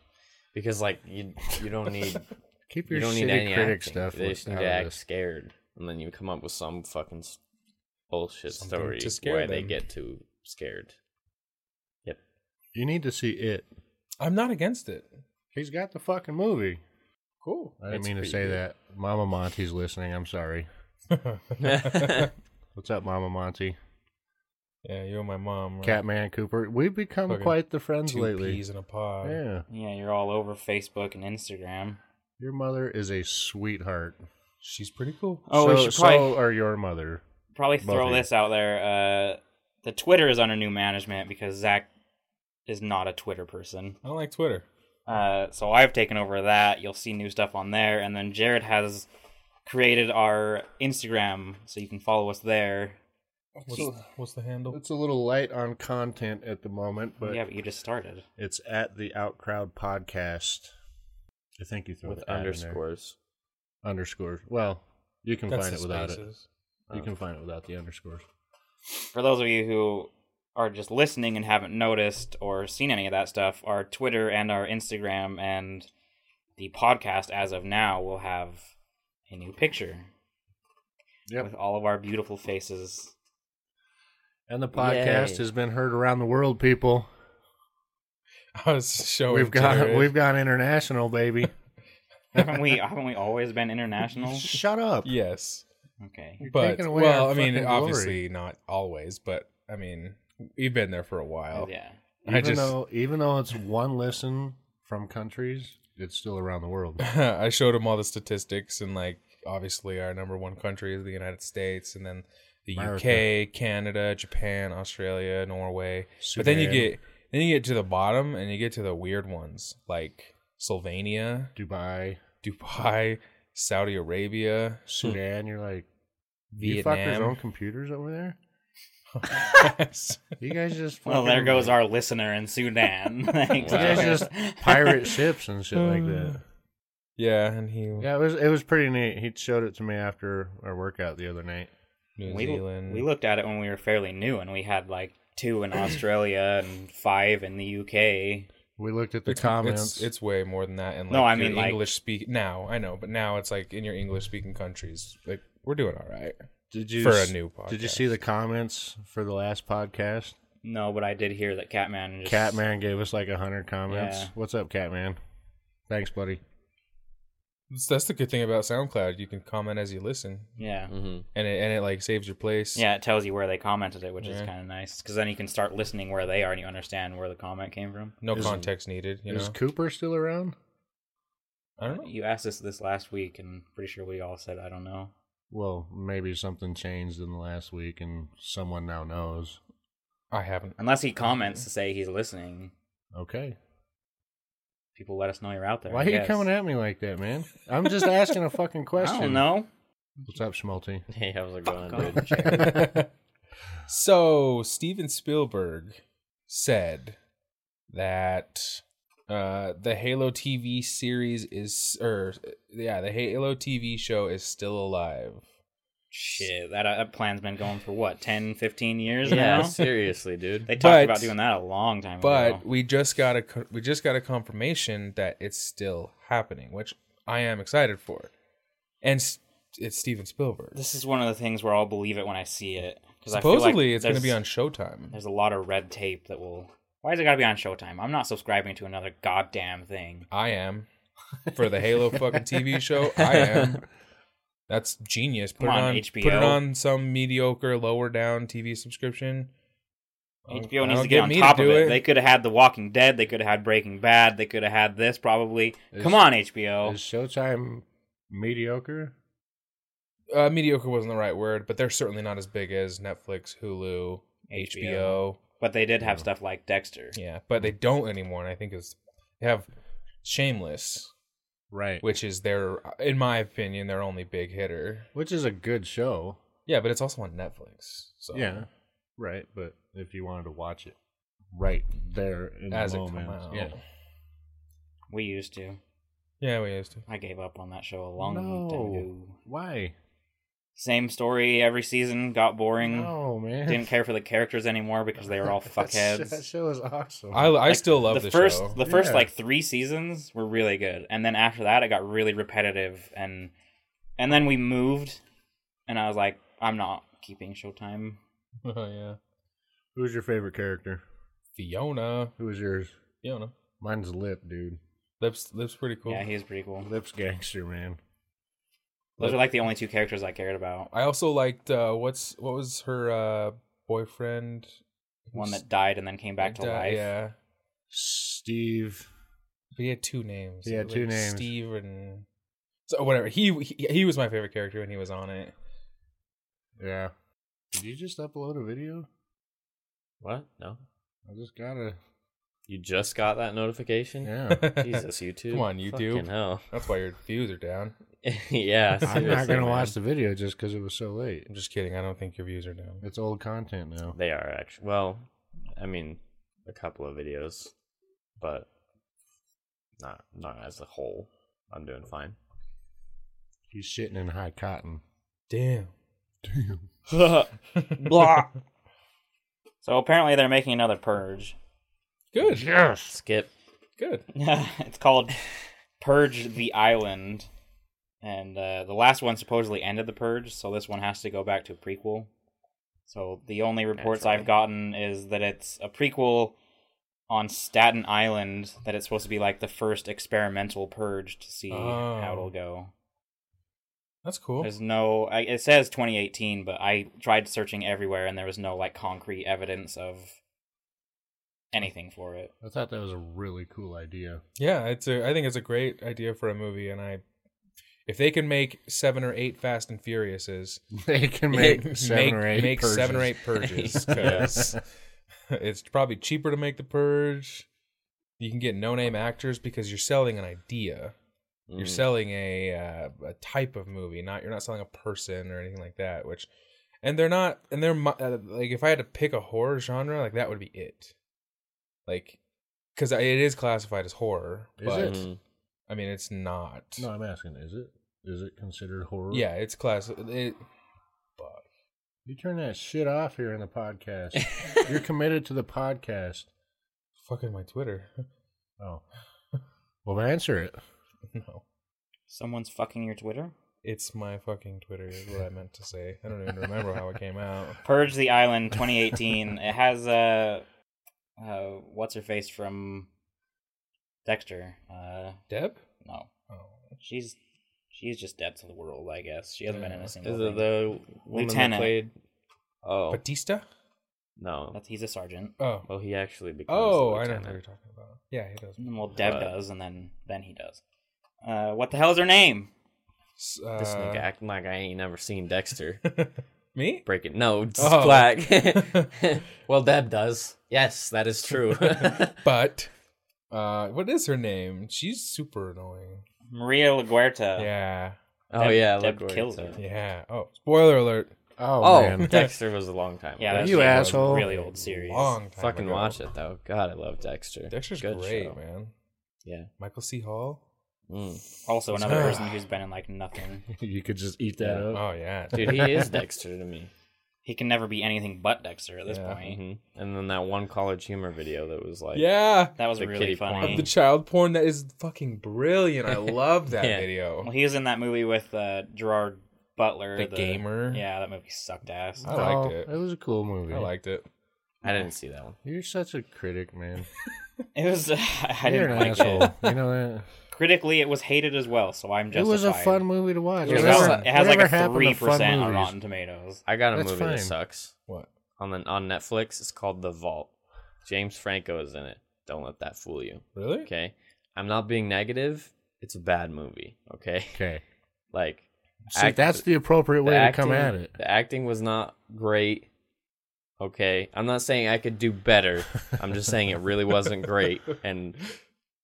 because like you you don't need
Keep
you
your
don't need
shitty
any
critic
acting.
stuff
They just need
out
to
of
act
this.
scared, and then you come up with some fucking s- bullshit
Something
story
to scare
where they
them.
get too scared.
You need to see it.
I'm not against it.
He's got the fucking movie.
Cool.
I didn't
It's
mean to
pretty
say
good.
that. Mama Monty's listening. I'm sorry.
yeah,
What's up, Mama Monty?
you and my mom. right?
Catman Cooper. We've become
Fucking
quite the friends
Two
lately.
peas in a pod.
Yeah.
yeah you're all over facebook and instagram
Your mother is a sweetheart.
She's pretty cool.
oh we
so,
should probably,
so are your mother.
probably throw
Buffy.
this out there uh, the twitter is under new management because zach is not a twitter person
I don't like Twitter.
Uh, so I've taken over that. You'll see new stuff on there, and then Jared has created our Instagram, so you can follow us there.
What's, what's the handle?
It's a little light on content at the moment, but
yeah, but you just started.
it's at the Outcrowd Podcast. I think you throw
With
the at in there.
underscores,
Underscores. Well, you can
That's
find
the
it without it.
spaces.
You can find it without the underscores.
For those of you who are just listening and haven't noticed or seen any of that stuff, our Twitter and our Instagram and the podcast as of now will have a new picture
Yep.
with all of our beautiful faces.
And the podcast
Yay.
has been heard around the world, people.
I was showing.
we've got
Jared.
we've got international, baby.
haven't we? Haven't we always been international?
Shut up.
yes,
Okay.
You're
but
taking away
well,
our
I mean,
fucking
obviously not always, but I mean, we've been there for a while.
Yeah.
Even
I just
though even though it's one listen from countries, it's still around the world.
I showed him all the statistics and like obviously our number one country is the United States, and then the UK, Canada, Japan, Australia, Norway. But then you
Sudan.
get then you get to the bottom and you get to the weird ones like Sylvania,
Dubai,
Hmm. Dubai, Saudi Arabia,
Sudan, you're like you fuckers own
Vietnam.
computers over there? You guys just
Well, there
fucking-
goes our listener in Sudan. Thanks,
You guys
Wow.
Jared.
just pirate ships and shit like that.
Hmm. yeah, and he
Yeah, it was it was pretty neat. He showed it to me after our workout the other night.
New
we,
Zealand.
we looked at it when we were fairly new, and we had like two in Australia and five in the UK.
We looked at the
it's,
comments.
It's, it's way more than that. And like,
No, I
your
mean, like-
English speak now. I know, but now it's like in your English speaking countries. Like we're doing all right.
Did you
for
s-
a new podcast.
Did you see the comments for the last podcast?
No, but I did hear that Catman. Just,
Catman gave us like a hundred comments.
Yeah.
What's up, Catman? Thanks, buddy.
That's- That's the good thing about SoundCloud. You can comment as you listen,
Yeah.
hmm
and it and it like saves your place.
Yeah, it tells you where they commented it, which is
Yeah.
kind of nice because then you can start listening where they are and you understand where the comment came from.
No
Is-
context needed. You
Is
know.
Cooper still around?
I don't know.
You asked us this last week, and pretty sure we all said I don't know.
Well, maybe something changed in the last week, and someone now knows.
I haven't.
Unless he comments to say he's listening,
Okay.
people let us know you're out there.
Why
I
are you
guess.
coming at me like that, man? I'm just asking a fucking question.
I don't know.
What's up, Schmalti?
Hey, how's it going,
Fuck
dude?
so Steven Spielberg said that uh, the Halo TV series is, or yeah, the Halo TV show is still alive.
Shit, that, that plan's been going for what 10, 15 years
yeah,
now.
seriously, dude.
They talked
But-
about doing that a long time ago.
But we just got a co- we just got a confirmation that it's still happening, which I am excited for. And s- it's Steven Spielberg.
This is one of the things where I'll believe it when I see it. 'cause I feel like
Supposedly, it's going to
there's-
be on Showtime.
There's a lot of red tape that will. Why is it gotta be on Showtime? I'm not subscribing to another goddamn thing.
I am for the Halo fucking TV show. I am. That's genius. Put
Come
it
on,
on
HBO.
Put it on some mediocre, lower down TV subscription.
HBO
That'll
needs to get on
me
top of
do
it. They could have had The Walking Dead. They could have had Breaking Bad. They could have had this probably. Come on, HBO.
Is Showtime mediocre?
uh, mediocre wasn't the right word, but they're certainly not as big as Netflix, Hulu, HBO.
But they did have stuff like Dexter.
Yeah, but they don't anymore, and I think it's they have Shameless,
Right.
which is their, in my opinion, their only big hitter.
Which is a good show.
Yeah, but it's also on Netflix. So
Yeah. Right, but if you wanted to watch it right there in
as
the
it comes
moment.
out.
Oh, Yeah.
We used to.
yeah, we used to.
I gave up on that show a long time
No.
ago.
Why?
Same story every season. Got boring.
No, man.
Didn't care for the characters anymore because they were all
That sh- That
fuckheads.
show is awesome.
I, I
Like,
still love the,
first
show.
the first
Yeah.
like three seasons were really good, and then after that it got really repetitive, and and then we moved, and I was like, I'm not keeping Showtime.
Oh yeah.
Who's your favorite character?
Fiona.
Who is yours?
Fiona.
Mine's Lip, dude.
Lips lips pretty cool.
Yeah, he's pretty cool.
Lip's gangster, man.
Those are like the only two characters I cared about.
I also liked uh what's what was her uh boyfriend?
One that died and then came back to
Uh,
life.
Yeah.
Steve.
But he had two names.
He had
Like
two names.
Steve and so whatever. He, he he was my favorite character when he was on it.
Yeah. Did you just upload a video?
What? No,
I just gotta.
you just got that notification.
Yeah.
Jesus, YouTube.
Come on, YouTube.
Fucking hell.
That's why your views are down.
yeah,
I'm not
seriously,
gonna
man.
watch the video just because it was so late.
I'm just kidding. I don't think your views are down.
It's old content now.
They are actually. Well, I mean, a couple of videos, but not not as a whole. I'm doing fine.
He's shitting in high cotton.
Damn.
Damn.
Blah. So apparently they're making another purge.
Good.
Yes.
Skip.
Good.
it's called Purge the Island. And uh, the last one supposedly ended the purge, so this one has to go back to a prequel. So the only reports
Naturally.
I've gotten is that it's a prequel on Staten Island, that it's supposed to be like the first experimental purge to see
Oh.
how it'll go.
That's cool.
There's no. I, it says 2018, but I tried searching everywhere, and there was no like concrete evidence of anything for it.
I thought that was a really cool idea.
Yeah, it's a. I think it's a great idea for a movie, and I, if they can make seven or eight Fast and Furiouses,
They can make seven
make,
or eight.
make seven or eight purges, 'cause it's probably cheaper to make the purge. You can get no-name actors because you're selling an idea. You're
Mm.
selling a uh, a type of movie. Not you're not selling a person or anything like that. Which, and they're not. And they're mi- uh, like if I had to pick a horror genre, like that would be it. Like, because it is classified as horror.
Is
but,
it?
Mhm.
I mean, it's not.
No, I'm asking. Is it? Is it considered horror?
Yeah, it's class. It,
You turn that shit off here in the podcast. You're committed to the podcast.
fucking my Twitter.
Oh. Well, answer it.
no.
Someone's fucking your Twitter.
It's my fucking Twitter is what I meant to say. I don't even remember how it came out.
Purge the Island 2018. it has uh, uh what's her face from Dexter. Uh
Deb?
no.
Oh.
She's she's just dead to the world, I guess. She hasn't been in
Yeah.
a single
Is it
thing.
the woman
Lieutenant.
that played? Oh
Batista?
no!
That's, he's a sergeant.
Oh.
Well, he actually becomes.
Oh, I
the
know
lieutenant.
who you're talking about. Yeah, he does.
Well, Deb
Uh,
does, and then then he does. Uh, what the hell's her name?
S-
This
uh,
nigga acting like I ain't never seen Dexter.
Me?
Break it. No, it's
Oh.
black. well, Deb does. Yes, that is true. Oh,
But uh what is her name? She's super annoying.
Maria LaGuerta.
Yeah.
oh
Deb-
yeah,
Deb
look where
kills
it's at.
her.
Yeah. Oh, spoiler alert.
Oh,
man.
Dexter was a long time.
Yeah,
ago.
that's
You
like a
asshole.
Really old series.
Long time
fucking
ago.
watch it though. God, I love Dexter.
Dexter's
Good
great,
show.
man.
Yeah.
Michael C. Hall.
Mm.
Also, another person who's been in like nothing.
you could just eat that
Yeah.
up.
Oh yeah.
Uh, Dude, he is Dexter to me.
He can never be anything but Dexter at this
Yeah.
point.
hmm And then that one college humor video that was like,
yeah.
That was
The
really
kitty
funny.
Of the child porn that is fucking brilliant. I love that
Yeah.
Well,
video.
he was in that movie with uh, Gerard Butler,
The gamer.
Yeah, that movie sucked ass.
I liked it.
It Oh, was a cool movie.
I liked it.
I didn't see that one.
You're such a critic, man.
It was. I
You're
didn't
an
like
asshole.
it.
You know that.
Critically, it was hated as well, so I'm
It
justified.
was a fun movie to watch.
It
It,
was
has-
fun.
it has like
Whatever
a
happened to
three
fun
percent on
movies?
Rotten Tomatoes.
I got a
That's
movie
fine.
that sucks
What?
on the, on Netflix. It's called The Vault. James Franco is in it. Don't let that fool you.
Really?
Okay, I'm not being negative. It's a bad movie. Okay,
Okay.
like
See,
Act-
that's the appropriate way
the
to come at it.
The acting was not great. Okay, I'm not saying I could do better. I'm just saying it really wasn't great, and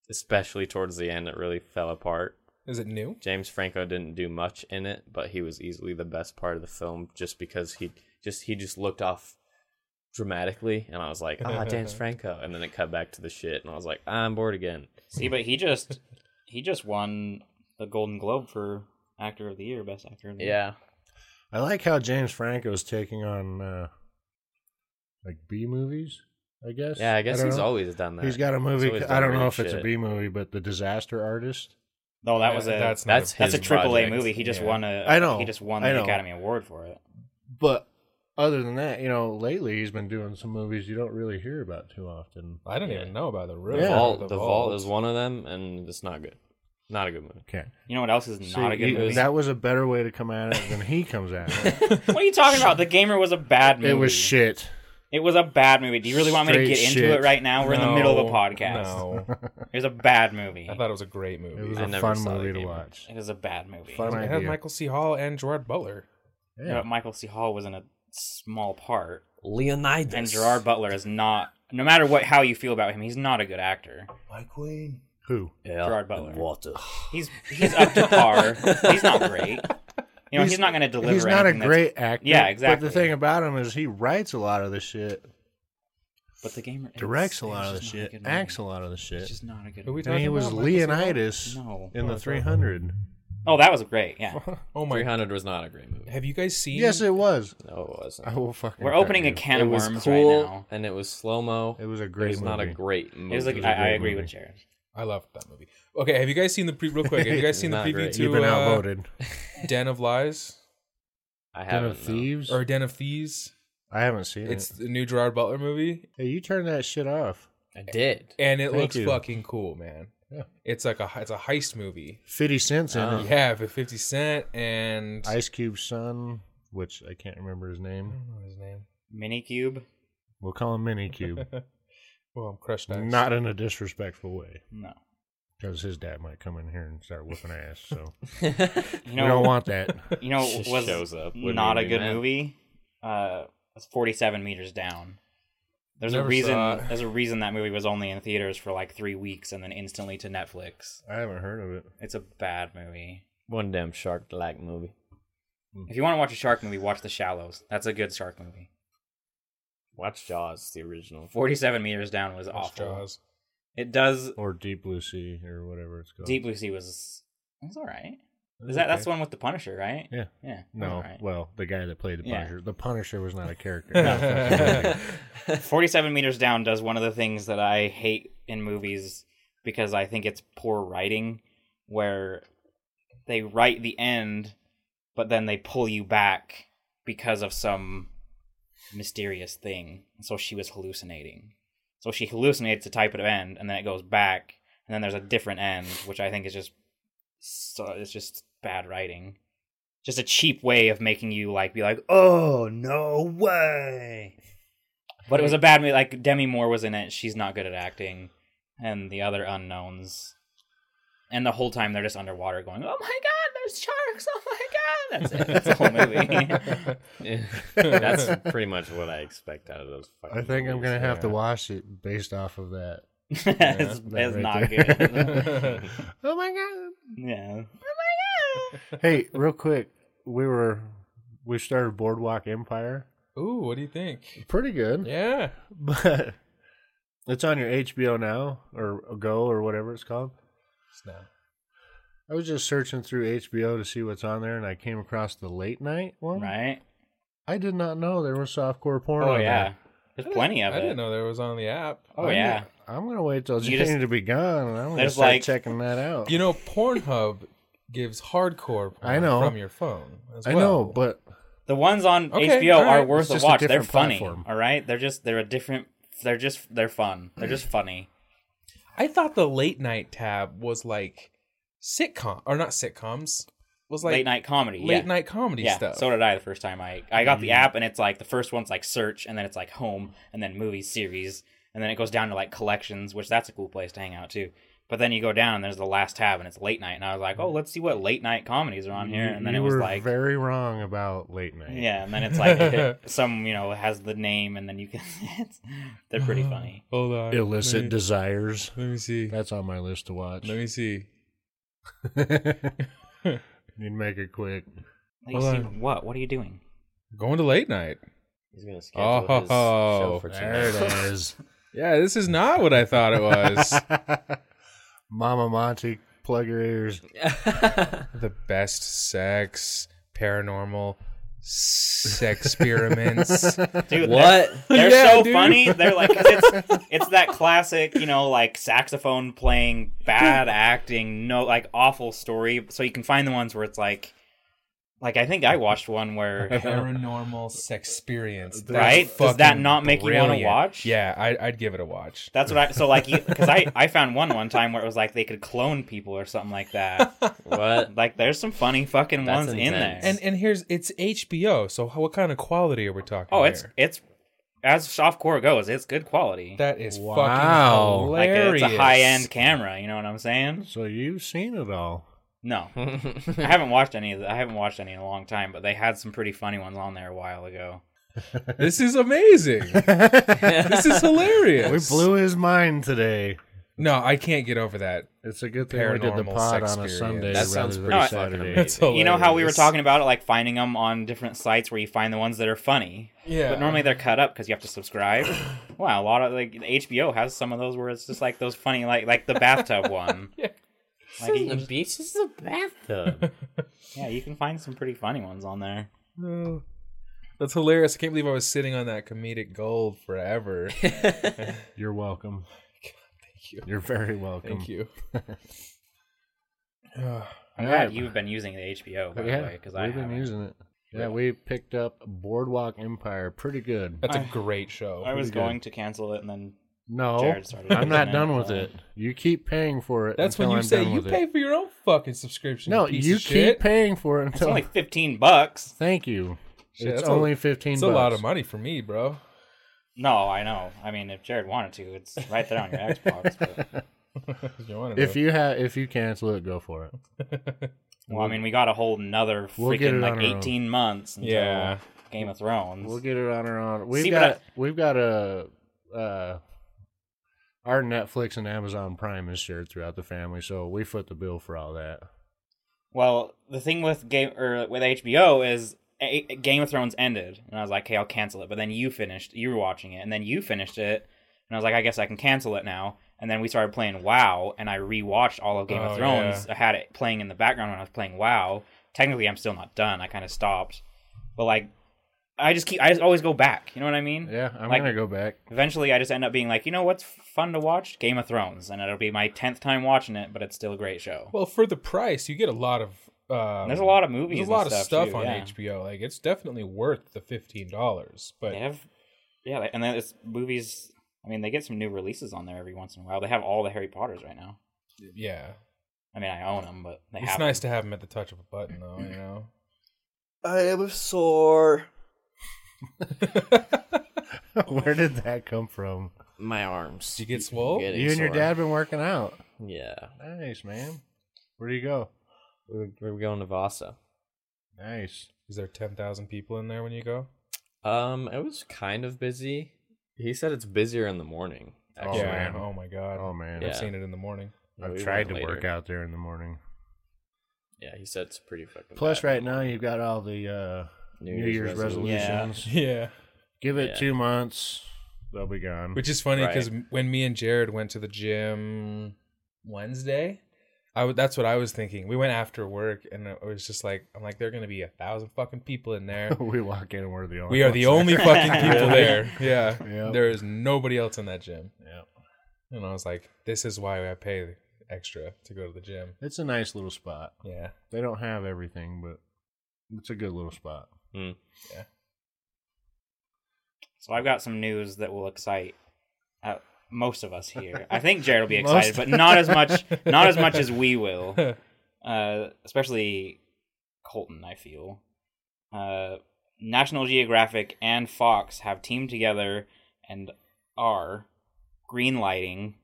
especially towards the end, it really fell apart.
Is it new?
James Franco didn't do much in it, but he was easily the best part of the film just because he just he just looked off dramatically and I was like, "Ah, James Franco." And then it cut back to the shit and I was like, "I'm bored again."
See, but he just he just won the Golden Globe for Actor of the Year, Best Actor of the Year.
Yeah.
I like how James Franco is taking on uh, like B movies. I guess.
Yeah, I guess
don't
he's
know.
always done that.
He's got a movie.
always
I
done
don't know
weird
if it's a
shit.
B movie, but the Disaster Artist.
No, that was a
Yeah,
that's
not
That's
a-
that's a
his
triple A
project.
movie. He just
Yeah.
won a
I know.
he just won
I
the
know.
Academy Award for it.
But other than that, you know, lately he's been doing some movies you don't really hear about too often.
I didn't
Yeah.
even know about the real
Yeah.
The Vault,
The
the Vault is one of them and it's not good. Not a good movie.
Okay.
You know what else is not
See,
a good
you-
movie?
That was a better way to come at it than he comes at it.
What are you talking about? The Gamer was a bad movie.
it was shit.
It was a bad movie. Do you really want me to
Straight
get
shit.
into it right now? We're in the middle of a
No,
podcast.
No,
It was a bad movie.
I thought it was a great
It
movie.
was
It,
I
a
never
fun
saw the
movie to
game.
watch.
It was a bad movie.
Fun
had
idea.
Michael C. Hall and Gerard Butler.
You know, Michael C. Hall was in a small part,
Leonidas.
and Gerard Butler is not. No matter what, how you feel about him, he's not a good actor.
My queen.
Who?
Gerard Butler.
Water.
Oh
He's he's up to par. he's not great. You know, he's, not going to deliver.
He's not a
anything that's-
great actor.
Yeah,
But
exactly.
the thing about him is he writes a lot of the shit,
But the game
directs a lot of the shit, acts a lot of the
It's
shit.
just not a good.
Who we
Movie.
And he
Talking
was
about Michael C. Hall?
Leonidas
No.
in the 300.
Oh, that was great. Yeah,
Oh my!
300 was not a great movie.
Have you guys seen?
Yes, it was.
No, it wasn't.
I will fucking.
we're
cut
opening a
you.
can
it
of
was
worms
cool
right now.
and it was slow mo.
It was a great
It was not a
movie.
great movie.
It was like
was a
I, I
great
agree
movie.
with Jared.
I loved that movie. Okay, have you guys seen the pre? Real quick, have you guys seen the
Not
preview
great.
to
You've been
uh,
outvoted.
Den of Lies
I
Den
haven't.
of Thieves.
or Den of Thieves?
I haven't seen
It's
it.
the new Gerard Butler movie,
Hey, you turn that shit off.
no. I did.
and it
Thank
looks
you.
fucking cool, man.
Yeah.
It's like a he- it's a heist movie.
Fifty cents in
Oh.
it.
Yeah, for Fifty Cent and
Oh.
Ice Cube's son, which I can't remember his
I
Mm.
name.
don't know his name.
Minicube?
We'll call him Mini Cube.
Well, I'm crushed. Ice.
Not in a disrespectful way,
No.
because his dad might come in here and start whooping ass. So
You
we
know,
don't want that.
you know,
Just
was
shows up. Wouldn't
not a
even be
good
mad.
movie. Uh, it's forty-seven meters down. There's a
Never
reason.
saw it.
There's a reason that movie was only in theaters for like three weeks and then instantly to Netflix.
I haven't heard of it.
It's a bad movie.
One damn shark black movie.
If you want to watch a shark movie, watch The Shallows. That's a good shark movie.
Watch Jaws, the original.
Forty-seven meters down was
Off
awful.
Jaws.
It does.
Or Deep Blue Sea, or whatever it's called.
Deep Blue Sea was. It's all right. Is that that's the
Okay.
one with the Punisher, right?
Yeah.
Yeah. it was
No,
all right.
well, the guy that played the
Yeah.
Punisher. The Punisher was not a character.
Forty-seven meters down does one of the things that I hate in movies because I think it's poor writing, where they write the end but then they pull you back because of some mysterious thing. And so she was hallucinating. So she hallucinates a type of end, and then it goes back, and then there's a different end, which I think is just so it's just bad writing. Just a cheap way of making you like be like, oh no way. But it was a bad movie. Like Demi Moore was in it. She's not good at acting, and the other unknowns. And the whole time they're just underwater, going, "Oh my god, there's sharks! Oh my god!" That's it. That's the whole movie.
Yeah. That's pretty much what I expect out of those. Fucking
I think I'm
movies.
gonna have to
Yeah.
watch it based off of that.
it's it's
right
not
there.
good.
Oh my god!
yeah.
Hey, real quick, we were we started Boardwalk Empire.
Ooh, what do you think?
Pretty good,
Yeah.
but it's on your HBO now or Go or whatever it's called.
It's not.
I was just searching through HBO to see what's on there, and I came across the late night one.
Right?
I did not know there was softcore porn.
Oh
on
yeah.
there.
There's plenty of
Eh, I didn't
it.
know there was on the app.
Oh
I'm
yeah.
gonna- I'm gonna wait till
You
Jane
just-
to be gone, and I'm gonna
There's
start
like-
checking that out.
You know, Pornhub gives hardcore porn
I know.
from your phone. As
I
well.
know, but
The ones on
Okay,
HBO
all right.
are worth
It's
a
just a
watch. they're
different
funny.
platform.
All right? They're just they're a different they're just they're fun. They're just funny.
I thought the late night tab was like sitcom or not sitcoms. Was like
late night comedy.
late
yeah.
night comedy
yeah,
stuff. Mm-hmm.
so did I the first time I I got the app, and it's like the first one's like search, and then it's like home, and then movie series, and then it goes down to like collections, which that's a cool place to hang out too. But then you go down, and there's the last tab, and it's late night, and I was like, oh, let's see what late night comedies are on
Mm,
here, and then
you
it was
were
like,
very wrong about late night.
yeah, and then it's like some you know has the name, and then you can it's, they're pretty
Uh-huh.
funny.
Hold on.
illicit
Let me,
desires.
let me see.
That's on my list to watch.
Let me see.
Need to make it quick.
Like, you
Hold
see-
on.
what what are you doing?
Going to late night.
He's gonna schedule his show
Oh,
for
There
tonight.
it is.
Yeah, this is not what I thought it was.
Mama Monty, plug your ears.
the best sex, paranormal, sex experiments.
Dude,
What?
They're
Yeah,
so
dude.
funny. They're like, 'cause it's, it's that classic, you know, like saxophone playing, bad acting, no, like awful story. So you can find the ones where it's like, like I think I watched one where,
paranormal sex experience.
Right? Does that not make you wanna watch?
Yeah, I, I'd give it a watch.
that's what I, so like, because I, I found one one time where it was like they could clone people or something like that.
What?
Like there's some funny fucking
That's
ones in there.
intense.
And and here's it's HBO. So how, what kind of quality are we talking?
oh, it's,
here?
it's, as softcore goes, it's good quality.
that is
Wow.
fucking
like
hilarious.
it's a high end camera, you know what I'm saying?
So you've seen it all.
No, I haven't watched any of the, I haven't watched any in a long time, but they had some pretty funny ones on there a while ago.
This is amazing. this is hilarious.
We blew his mind today.
No, I can't get over that.
It's a good thing we did the
Paranormal
pod
sex
on a
experience.
Sunday
That
rather
sounds
than
pretty
a
fucking
Saturday.
amazing.
That's hilarious.
You know how we were talking about it, like finding them on different sites where you find the ones that are funny,
Yeah.
but normally they're cut up because you have to subscribe. wow, a lot of like HBO has some of those where it's just like those funny, like like the bathtub one. Like,
the
you-
beach is the bathtub.
yeah, you can find some pretty funny ones on there.
No. That's hilarious. I can't believe I was sitting on that comedic gold forever. Thank
You're welcome.
you.
You're very welcome.
Thank you. Ah,
I'm
Yeah.
glad you've been using the HBO by the way because I
we've been
haven't.
using it. Yeah, we picked up Boardwalk Empire. Pretty good.
That's a
I-
great show.
I was
good.
going to cancel it and then
No,
Jared started
I'm not
using it,
done with
so-
it. You keep paying for it.
That's when
until
you
I'm
say
done
you
with it.
pay for your own fucking subscription.
No,
piece
you
of
keep
shit.
paying for it
it's
until.
only fifteen bucks.
Thank you.
Shit,
it's
that's a-
only fifteen.
It's a
bucks.
lot of money for me, bro.
No, I know. I mean, if Jared wanted to, it's right there on your Xbox. But,
You wanna know.
If you have, if you cancel it, go for it.
well, I mean, we got a whole another freaking
We'll get it
like
on our own.
eighteen months until
Yeah.
Game of Thrones.
We'll get it on our own. We've
See, but
got we've got a uh, our Netflix and Amazon Prime is shared throughout the family, so we foot the bill for all that.
well, the thing with game or with HBO is a- a- Game of Thrones ended, and I was like, "Okay, I'll cancel it." But then you finished, you were watching it, and then you finished it, and I was like, "I guess I can cancel it now." And then we started playing WoW, and I rewatched all of Game
Oh,
of Thrones. I had it playing in the background when I was playing WoW. Technically, I'm still not done. I kind of stopped, but like, I just keep. I just always go back. You know what I mean?
Yeah, I'm
Like-
gonna go back.
Eventually, I just end up being like, you know what's fun to watch? Game of Thrones, and it'll be my tenth time watching it, but it's still a great show.
well, for the price, you get a lot of Um,
there's a lot of movies.
There's a lot
and
of
stuff,
stuff
too,
on
yeah.
HBO. Like it's definitely worth the fifteen dollars. But
They have, yeah, and then it's movies. I mean, they get some new releases on there every once in a while. They have all the Harry Potters right now.
yeah,
I mean, I own them, but they
it's
have.
nice
them.
to have them at the touch of a button, though. You know.
I am sore.
Where did that come from?
My arms.
Did you get swole?
Getting
You and your
sore.
dad been working out.
Yeah.
Nice, man. Where do you go?
We were, we were going to Vasa.
Nice.
Is there ten thousand people in there when you go?
Um, it was kind of busy. He said it's busier in the morning.
Oh,
yeah.
Actually.
man.
Oh my god.
Oh man,
I've
Yeah.
seen it in the morning.
I've
We
tried
went
to work
later.
out there in the morning.
Yeah, he said it's pretty fucking.
Plus,
bad.
right now you've got all the uh, New, Year's, resolutions.
Yeah.
Yeah.
Give it
Yeah.
two months, they'll be gone.
Which is funny
Right.
because when me and Jared went to the gym Wednesday, I w- that's what I was thinking. We went after work, and it was just like, I'm like, there are gonna be a thousand fucking people in there.
we walk in and we're the only.
we are the
ones
only
there.
fucking people there. Yeah,
Oh, Yep.
there is nobody else in that gym.
Yep.
And I was like, this is why I pay extra to go to the gym.
It's a nice little spot.
Yeah,
They don't have everything, but it's a good little spot.
So I've got some news that will excite uh, most of us here. I think Jared will be
Most-
excited, but not as much, not as much as we will. Uh, especially Colton, I feel. Uh, National Geographic and Fox have teamed together and are greenlighting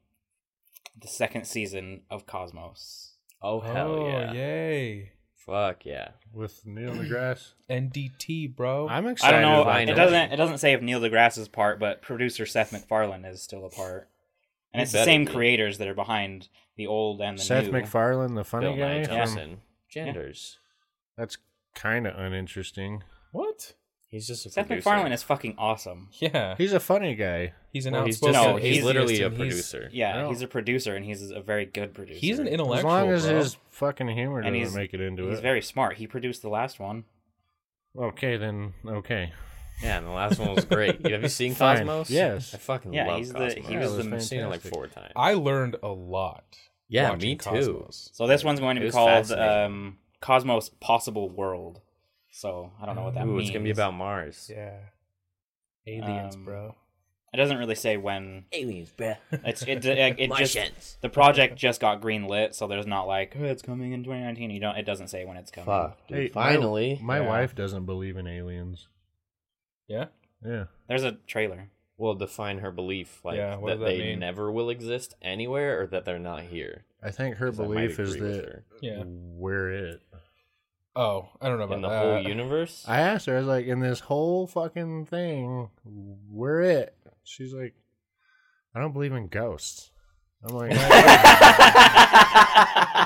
the second season of Cosmos.
Oh hell yeah!
yay!
Fuck yeah!
With Neil deGrasse,
NDT, bro.
I'm
I
excited.
don't know.
about
It
Finally.
that.
doesn't. It doesn't say if Neil deGrasse is part, but producer Seth MacFarlane is still a part, and
He
it's the
better
same
be.
creators that are behind the old and the
Seth
new.
MacFarlane, the funny
Bill Nye
guy. from-
Johnson, genders.
that's kind of uninteresting.
what?
He's just a
Seth
producer.
McFarlane is fucking awesome.
Yeah,
He's a funny guy.
he's an
Well, he's
outspoken.
just
No,
a-
he's-
he's literally a
and he's-
producer.
I
Yeah,
don't-
he's a producer and he's a very good producer.
He's, an intellectual.
As long as
bro.
his fucking humor
And
doesn't
he's-
make it into
He's
it.
very smart. He produced the last one.
Okay, then okay.
Yeah, and the last one was great. Have you seen
Fine.
Cosmos?
Yes.
I fucking
Yeah,
love
he's the-
Cosmos.
he was
the-
I've seen it like
fantastic.
four times.
I learned a lot.
yeah,
watching
me too.
Cosmos.
So this one's going to
It
be
was
called
fascinating.
um, Cosmos Possible World. So I don't know what that
Ooh,
means.
it's gonna be about Mars.
Yeah, aliens,
Um,
bro.
It doesn't really say when.
Aliens, bruh.
It's it. it, it just the project just got greenlit, so there's not like "Oh, it's coming in 2019. You don't. It doesn't say when it's coming.
Fuck, dude.
Hey, my-
finally.
my,
Yeah.
wife doesn't believe in aliens.
Yeah,
Yeah,
There's a trailer.
Well, define her belief like
Yeah, what
that,
does that
they
mean?
never will exist anywhere or that they're not here.
I think her
'Cause I might
belief is
agree with
that
her.
yeah.
we're it.
Oh, I don't know about
in the
that.
whole universe.
uh, I asked her, I was like, in this whole fucking thing, we're it. She's like, I don't believe in ghosts. I'm like,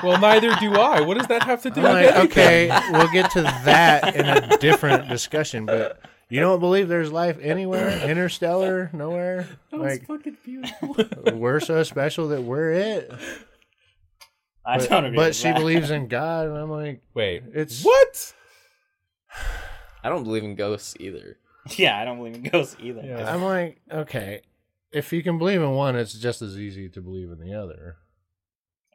well, neither do I. What does that have to do
I'm
with
like,
anything?
okay, we'll get to that in a different discussion, but you don't believe there's life anywhere, interstellar, nowhere? Like,
fucking beautiful.
we're so special that we're it.
I
But,
don't agree.
but
with
she
that.
believes in God, and I'm like,
Wait,
It's-
what?
I don't believe in ghosts either.
Yeah, I don't believe in ghosts either.
Yeah.
I'm like, okay, if you can believe in one, it's just as easy to believe in the other.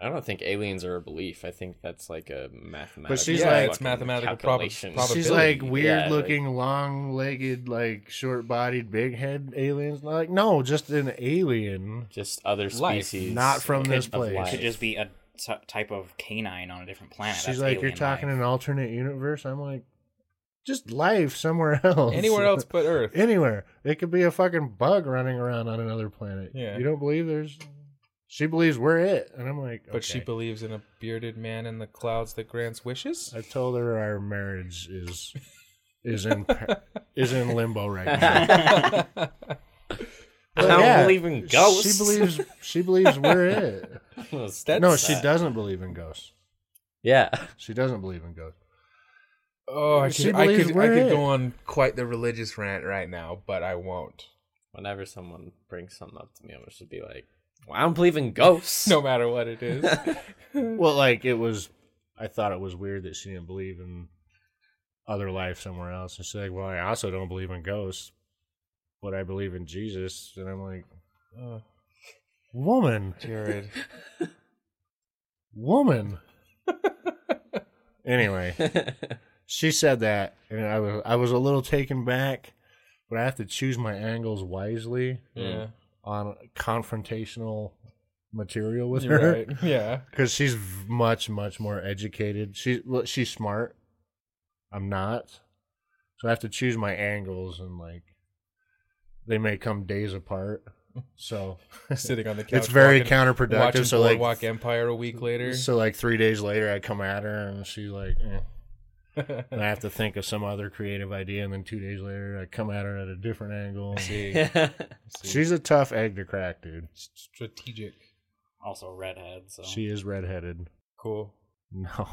I don't think aliens are a belief. I think that's like a mathematical.
she's
fucking
like-
it's mathematical prob-
calculation.
probability.
She's like
Yeah,
weird
like-
looking, long legged, like short bodied, big head aliens. Like, no, just an alien.
just other
Life,
species,
not from
of
this place.
life.
It could just be a t- type of canine on a different planet.
She's
That's
like, you're
alien
talking
life.
an alternate universe. I'm like, just life somewhere else.
Anywhere else but Earth.
Anywhere. It could be a fucking bug running around on another planet.
Yeah.
You don't believe there's. She believes we're it. And I'm like,
But she
okay.
believes in a bearded man in the clouds that grants wishes.
I told her our marriage is is in par- is in limbo right now.
I
But
don't
yeah,
believe in ghosts.
She believes she believes we're it.
believes.
That's-
no, she
uh,
doesn't believe in ghosts.
yeah,
She doesn't believe in ghosts.
Oh, I
She
could, I
believes
could, I
we're
could
it.
go on quite the religious rant right now, but I won't.
whenever someone brings something up to me, I'm just be like, well, "I don't believe in ghosts."
No matter what it is.
Well, like it was, I thought it was weird that she didn't believe in other life somewhere else, and she's like, "Well, I also don't believe in ghosts, but I believe in Jesus." And I'm like, "Uh,
Oh,
"Woman,
Jared.
woman." Anyway, she said that, and I was I was a little taken back, but I have to choose my angles wisely
Hmm.
Yeah.
on confrontational material with
You're
her
right. Yeah.
because she's v- much much more educated. She's well, she's smart. I'm not, so I have to choose my angles and like they may come days apart. So
Sitting on the couch.
it's very
watching, watching
counterproductive. So like
Boardwalk Empire a week later.
so like three days later, I come at her and she's like, eh. and I have to think of some other creative idea, and then two days later, I come at her at a different angle.
See, see.
She's a tough egg to crack, dude.
S- strategic.
Also redhead, so
She is redheaded.
Cool.
No,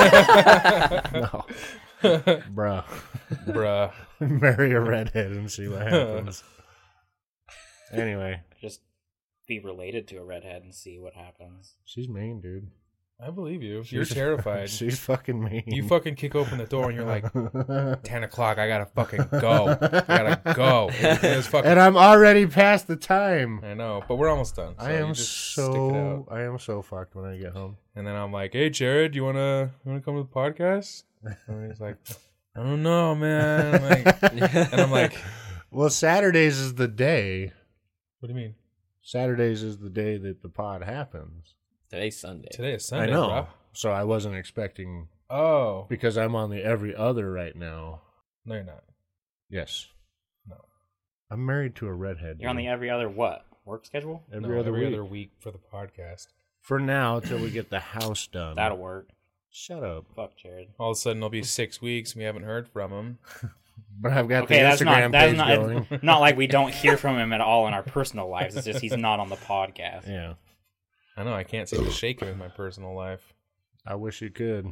Bruh.
no, bruh. Marry a redhead and see what happens. anyway,
just be related to a redhead and see what happens.
she's mean, dude.
I believe you. You're
She's-
terrified.
She's fucking mean.
You fucking kick open the door and you're like,
and
10 o'clock, I gotta fucking go. I gotta go. It is fucking-
I'm already past the time.
I know, but we're almost done.
I
you
am
just stick it out.
so I am so fucked when I get home.
And then I'm like, "Hey, Jared, you wanna you wanna come to the podcast?" And he's like, "I don't know, man." I'm like, and I'm like,
well, Saturdays is the day.
"What do you mean?
Saturdays is the day that the pod happens.
Today's Sunday.
Today is Sunday,
I know.
bro."
So I wasn't expecting
Oh,
because I'm on the every other right now.
no, you're not.
Yes.
No.
I'm married to a redhead.
You're on the
dude.
every other what work schedule?
every
No,
other
every
week.
other week for the podcast.
For now, till we get the house done.
That'll work.
Shut up.
Fuck Jared.
All of a sudden, it'll be six weeks and we haven't heard from him.
But I've got
Okay,
the
that's
Instagram
not that's
page
not
going.
it's not like we don't hear from him at all in our personal lives. It's just he's not on the podcast.
yeah.
I know I can't seem to shake him in my personal life.
I wish you could.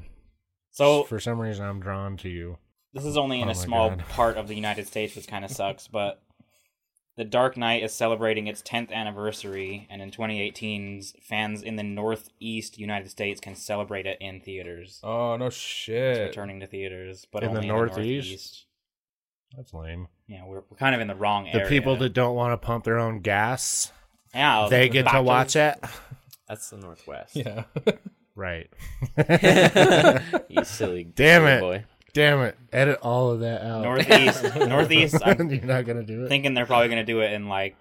So
for some reason, I'm drawn to you.
this is only in
Oh
a
my
small
God.
part of the United States, which kind of sucks. But the Dark Knight is celebrating its 10th anniversary, and in 2018, fans in the Northeast United States can celebrate it in theaters.
Oh no,
It's
shit!
returning to theaters, but
In the
only in the
Northeast?
Northeast.
That's lame.
Yeah, we're, we're kind of in the wrong
The
area. Oh,
people that don't want to pump their own gas,
yeah,
they get to
backers.
watch it.
That's the Northwest.
Yeah,
Right.
you silly
Damn
silly
it.
boy.
Damn it. Edit all of that out.
Northeast, Northeast. I'm
You're not going to do it?
thinking they're probably going to do it in like,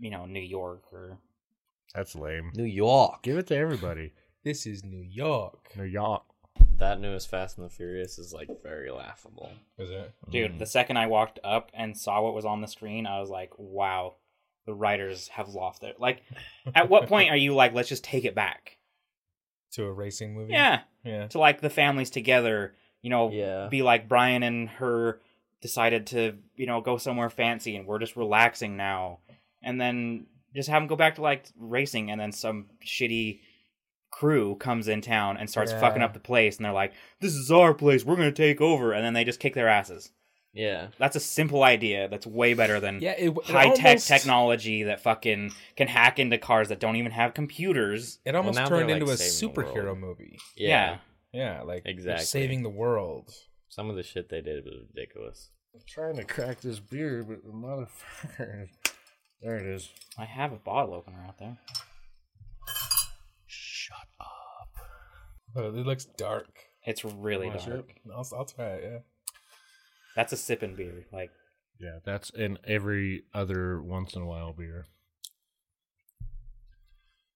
you know, New York or
That's lame.
New York.
Give it to everybody.
this is New York.
New York.
That newest Fast and the Furious is like very laughable.
Is it?
Mm.
Dude, the second I walked up and saw what was on the screen, I was like, wow, the writers have lost their like at what point are you like, let's just take it back?
To a racing movie?
Yeah.
yeah.
To like the families together, you know,
Yeah.
Oh, be like Brian and her decided to, you know, go somewhere fancy and we're just relaxing now. And then just have them go back to like racing and then some shitty crew comes in town and starts
Yeah.
fucking up the place and they're like, This is our place, we're gonna take over and then they just kick their asses.
Yeah.
That's a simple idea. That's way better than
Yeah, it, it
high tech
almost-
technology that fucking can hack into cars that don't even have computers.
It almost
now they're,
turned into
like,
a
saving the
superhero
world.
movie.
Yeah.
Yeah, like they're
Exactly.
saving the world.
Some of the shit they did was ridiculous.
I'm trying to crack this beer, but the motherfucker. There it is.
I have a bottle opener out there.
Oh, it looks dark.
It's really
Wanna
dark.
sip?
I'll, I'll try it. Yeah.
That's a sipping beer. Like
Yeah, that's in every other once in a while beer.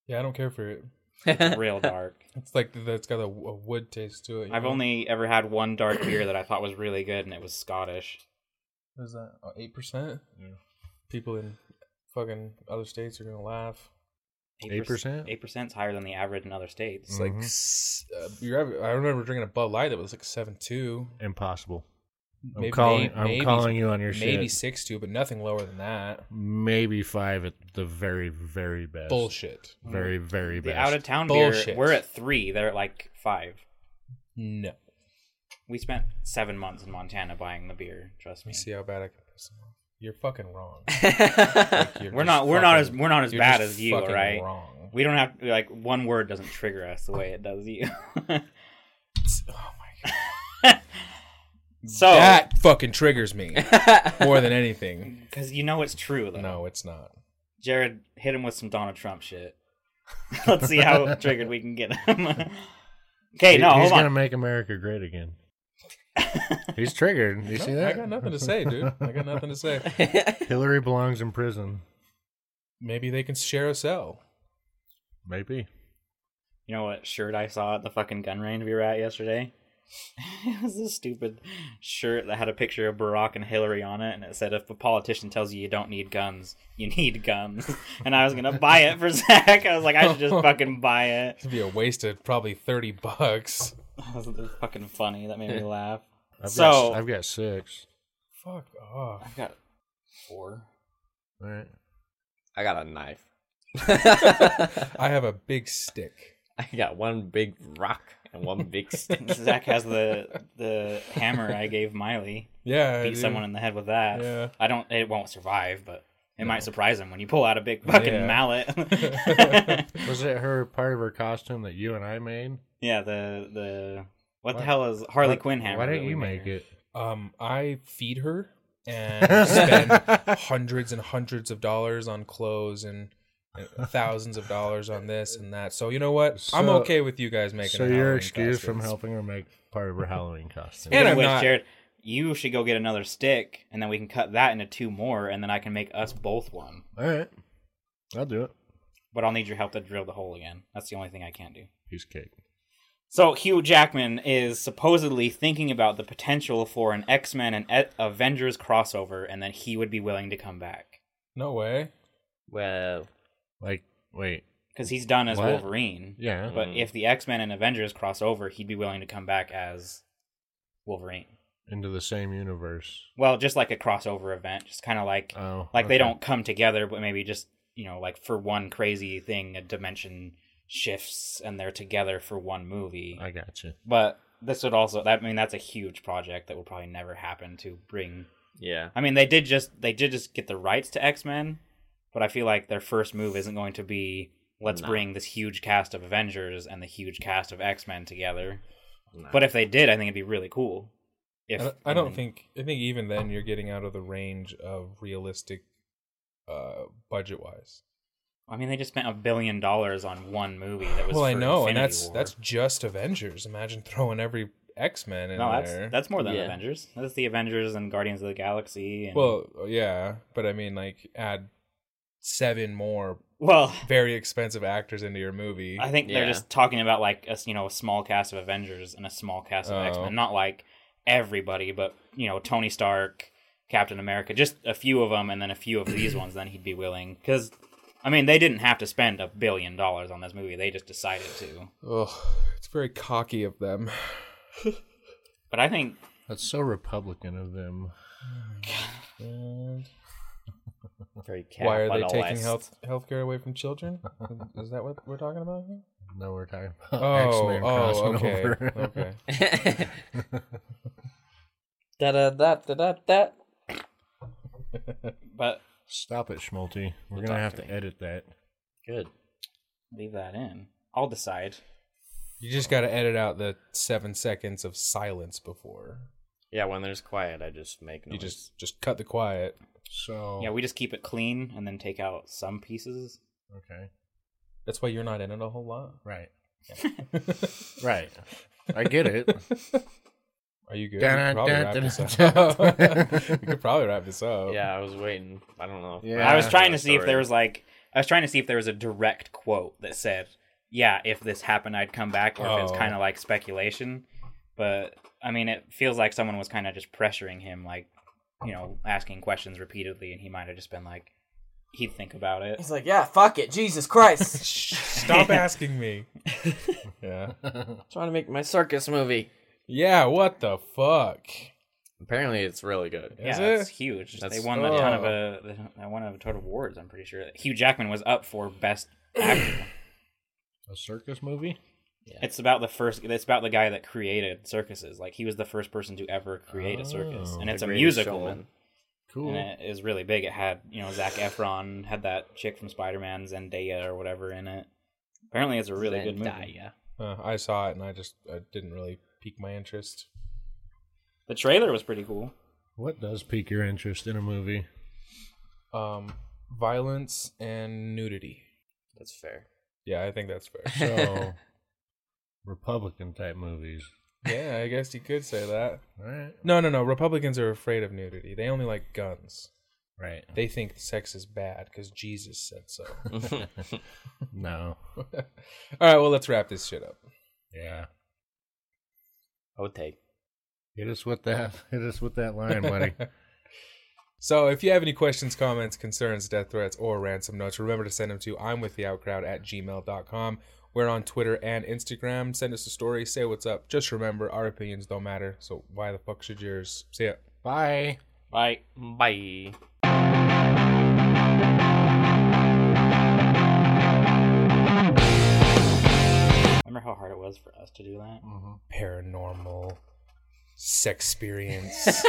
Yeah, I don't care for it.
it's real dark.
It's like th- it's got a, a wood taste to it. you
I've
know?
only ever had one dark beer that I thought was really good, and it was Scottish.
What is that uh, eight percent?
Yeah.
People in fucking other states are gonna laugh.
percent?
Eight percent's higher than the average in other states.
It's like
Mhm.
s- uh, you're, ever- I remember drinking a Bud Light that was like seven two.
Impossible. I'm
Maybe-
calling.
may-
I'm
maybe-
calling you on your
Maybe
shit.
six two, but nothing lower than that.
Maybe five at the very, very best.
Bullshit.
Very, very
the
best.
out of town
Bullshit.
beer, we're at three. They're at like five.
No.
We spent seven months in Montana buying the beer. Trust
Let
me.
me see how bad I can piss him off. You're fucking wrong. You're
We're
just
not- we're not as-
fucking-
we're not as
you're
bad
just
as you,
fucking
alright?
Wrong.
We don't have like one word doesn't trigger us the way it does you.
Oh my god.
so,
That fucking triggers me more than anything.
because you know it's true though.
No, it's not.
Jared hit him with some Donald Trump shit. Let's see how triggered we can get him. Okay,
He-
no,
he's
hold
gonna
on.
make America great again. he's triggered. You see
No,
that?
I got nothing to say, dude. I got nothing to say.
Hillary belongs in prison.
Maybe they can share a cell.
Maybe.
You know what shirt I saw at the fucking gun range we were at yesterday? it was this stupid shirt that had a picture of Barack and Hillary on it, and it said, "If a politician tells you you don't need guns, you need guns." and I was gonna buy it for Zach. I was like, I should just fucking buy it.
It'd be a waste of probably thirty bucks.
That was fucking funny. That made me laugh.
I've
So-
got, I've got six.
Fuck off.
I've got four.
All right.
I got a knife.
I have a big stick.
I got one big rock and one big stick.
Zach has the the hammer I gave Miley.
Yeah. I
Beat
do.
someone in the head with that.
Yeah.
I don't. It won't survive, but it might surprise him when you pull out a big fucking
Yeah.
mallet.
Was it her part of her costume that you and I made?
Yeah, the the what,
Why-
the hell is Harley
Why-
Quinn hammer?
Why
that
didn't
we
you
made?
make it?
Um, I feed her and spend hundreds and hundreds of dollars on clothes and and thousands of dollars on this and that. So you know what? I'm
So-
okay with you guys making.
so
a
you're
Halloween
excused from
costume.
helping her make part of her Halloween costume.
And
Even
I'm
with
not-
Jared, you should go get another stick, and then we can cut that into two more, and then I can make us both one.
All right. I'll do it.
But I'll need your help to drill the hole again. That's the only thing I can do.
Piece of cake.
So Hugh Jackman is supposedly thinking about the potential for an X Men and E- Avengers crossover, and then he would be willing to come back
No way.
well,
Like, wait.
because he's done as
What? Mm-hmm.
Wolverine.
Yeah.
But if the X Men and Avengers crossover, he'd be willing to come back as Wolverine.
Into the same universe.
Well, just like a crossover event, just kind of like
Oh.
like
okay.
they don't come together, but maybe just you know like for one crazy thing, a dimension shifts and they're together for one movie.
I got you.
But this would also that I mean that's a huge project that will probably never happen to bring.
yeah.
I mean they did just they did just get the rights to X Men, but I feel like their first move isn't going to be let's
No.
bring this huge cast of Avengers and the huge cast of X Men together.
No.
But if they did, I think it'd be really cool. If
I don't, I don't
mean,
think. I think even then you're getting out of the range of realistic, uh, budget wise.
I mean, they just spent a billion dollars on one movie that was.
Well, I
for
know, and
Infinity
that's
War.
that's just Avengers. Imagine throwing every X Men in
no, that's
there.
that's more than
Yeah.
Avengers. That's the Avengers and Guardians of the Galaxy. And,
well, yeah, but I mean, like, add seven more
well,
very expensive actors into your movie.
I think they're
Yeah.
just talking about like a s- you know a small cast of Avengers and a small cast of
Oh.
X Men, not like everybody, but you know Tony Stark, Captain America, just a few of them, and then a few of these ones. Then he'd be willing because. I mean, they didn't have to spend a billion dollars on this movie. They just decided to.
Ugh, it's very cocky of them.
But I think
That's so Republican of them.
Very
Why are they taking
capitalized.
health healthcare away from children? Is that what we're talking about here?
No, we're talking about
Oh,
X-Men
oh,
crossing
okay,
over.
okay.
da da da da da da.
but
Stop it, Schmalti. We're
Don't
gonna
talk
have
to
to,
me.
edit that.
Good.
leave that in. I'll decide.
You just got to edit out the seven seconds of silence before.
Yeah, when there's quiet, I just make noise.
You just just cut the quiet.
So
Yeah, we just keep it clean and then take out some pieces.
okay,
That's why you're not in it a whole lot.
right, right. I get it.
Are you good? We could
Dun,
probably
dun,
wrap
dun,
this
dun.
up. we could probably wrap this up.
Yeah, I was waiting. I don't know.
Yeah.
I was trying to
That's
see if
alright.
there was like I was trying to see if there was a direct quote that said, "Yeah, if this happened, I'd come back," or if it's
Oh.
kind of like speculation. But I mean, it feels like someone was kind of just pressuring him, like you know, asking questions repeatedly, and he might have just been like, he'd think about it.
He's like, yeah, fuck it, Jesus Christ,
Stop asking me. yeah.
trying to make my circus movie.
Yeah. What the fuck?
Apparently, it's really good.
Is
yeah, it's
it?
huge.
That's-
they won a ton of a they won a ton of awards. I'm pretty sure Hugh Jackman was up for best actor.
A circus movie?
It's about the first. It's about the guy that created circuses. Like he was the first person to ever create a circus,
Oh.
and it's
The
a
Greatest
musical,
Showman.
Cool.
and it is really big. It had you know Zach Efron had that chick from Spider Man Zendaya or whatever in it. Apparently, it's a really good movie.
Zendaya.
Uh, I saw it and I just I didn't really pique my interest.
The trailer was pretty cool.
What does pique your interest in a movie?
Um, violence and nudity.
That's fair.
Yeah, I think that's fair.
So Republican type movies.
Yeah, I guess you could say that.
All right.
No, no, no. Republicans are afraid of nudity. They only like guns.
Right.
They think sex is bad because Jesus said so. All
No.
right, well, let's wrap this shit up.
Yeah.
I would take.
Hit us with that. Hit us with that line, buddy.
So, if you have any questions, comments, concerns, death threats, or ransom notes, remember to send them to I'm with the outcrowd at gmail.com. We're on Twitter and Instagram. Send us a story, say what's up. Just remember, our opinions don't matter, so why the fuck should yours? See ya.
Bye.
Bye.
Bye.
Remember how hard it was for us to do that?
Mm. Paranormal sex experience.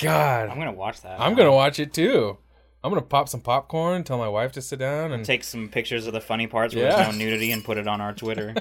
God.
I'm gonna watch that.
I'm
now.
gonna watch it too. I'm gonna pop some popcorn, tell my wife to sit down, and
take some pictures of the funny parts where
Yeah.
there's no nudity and put it on our Twitter.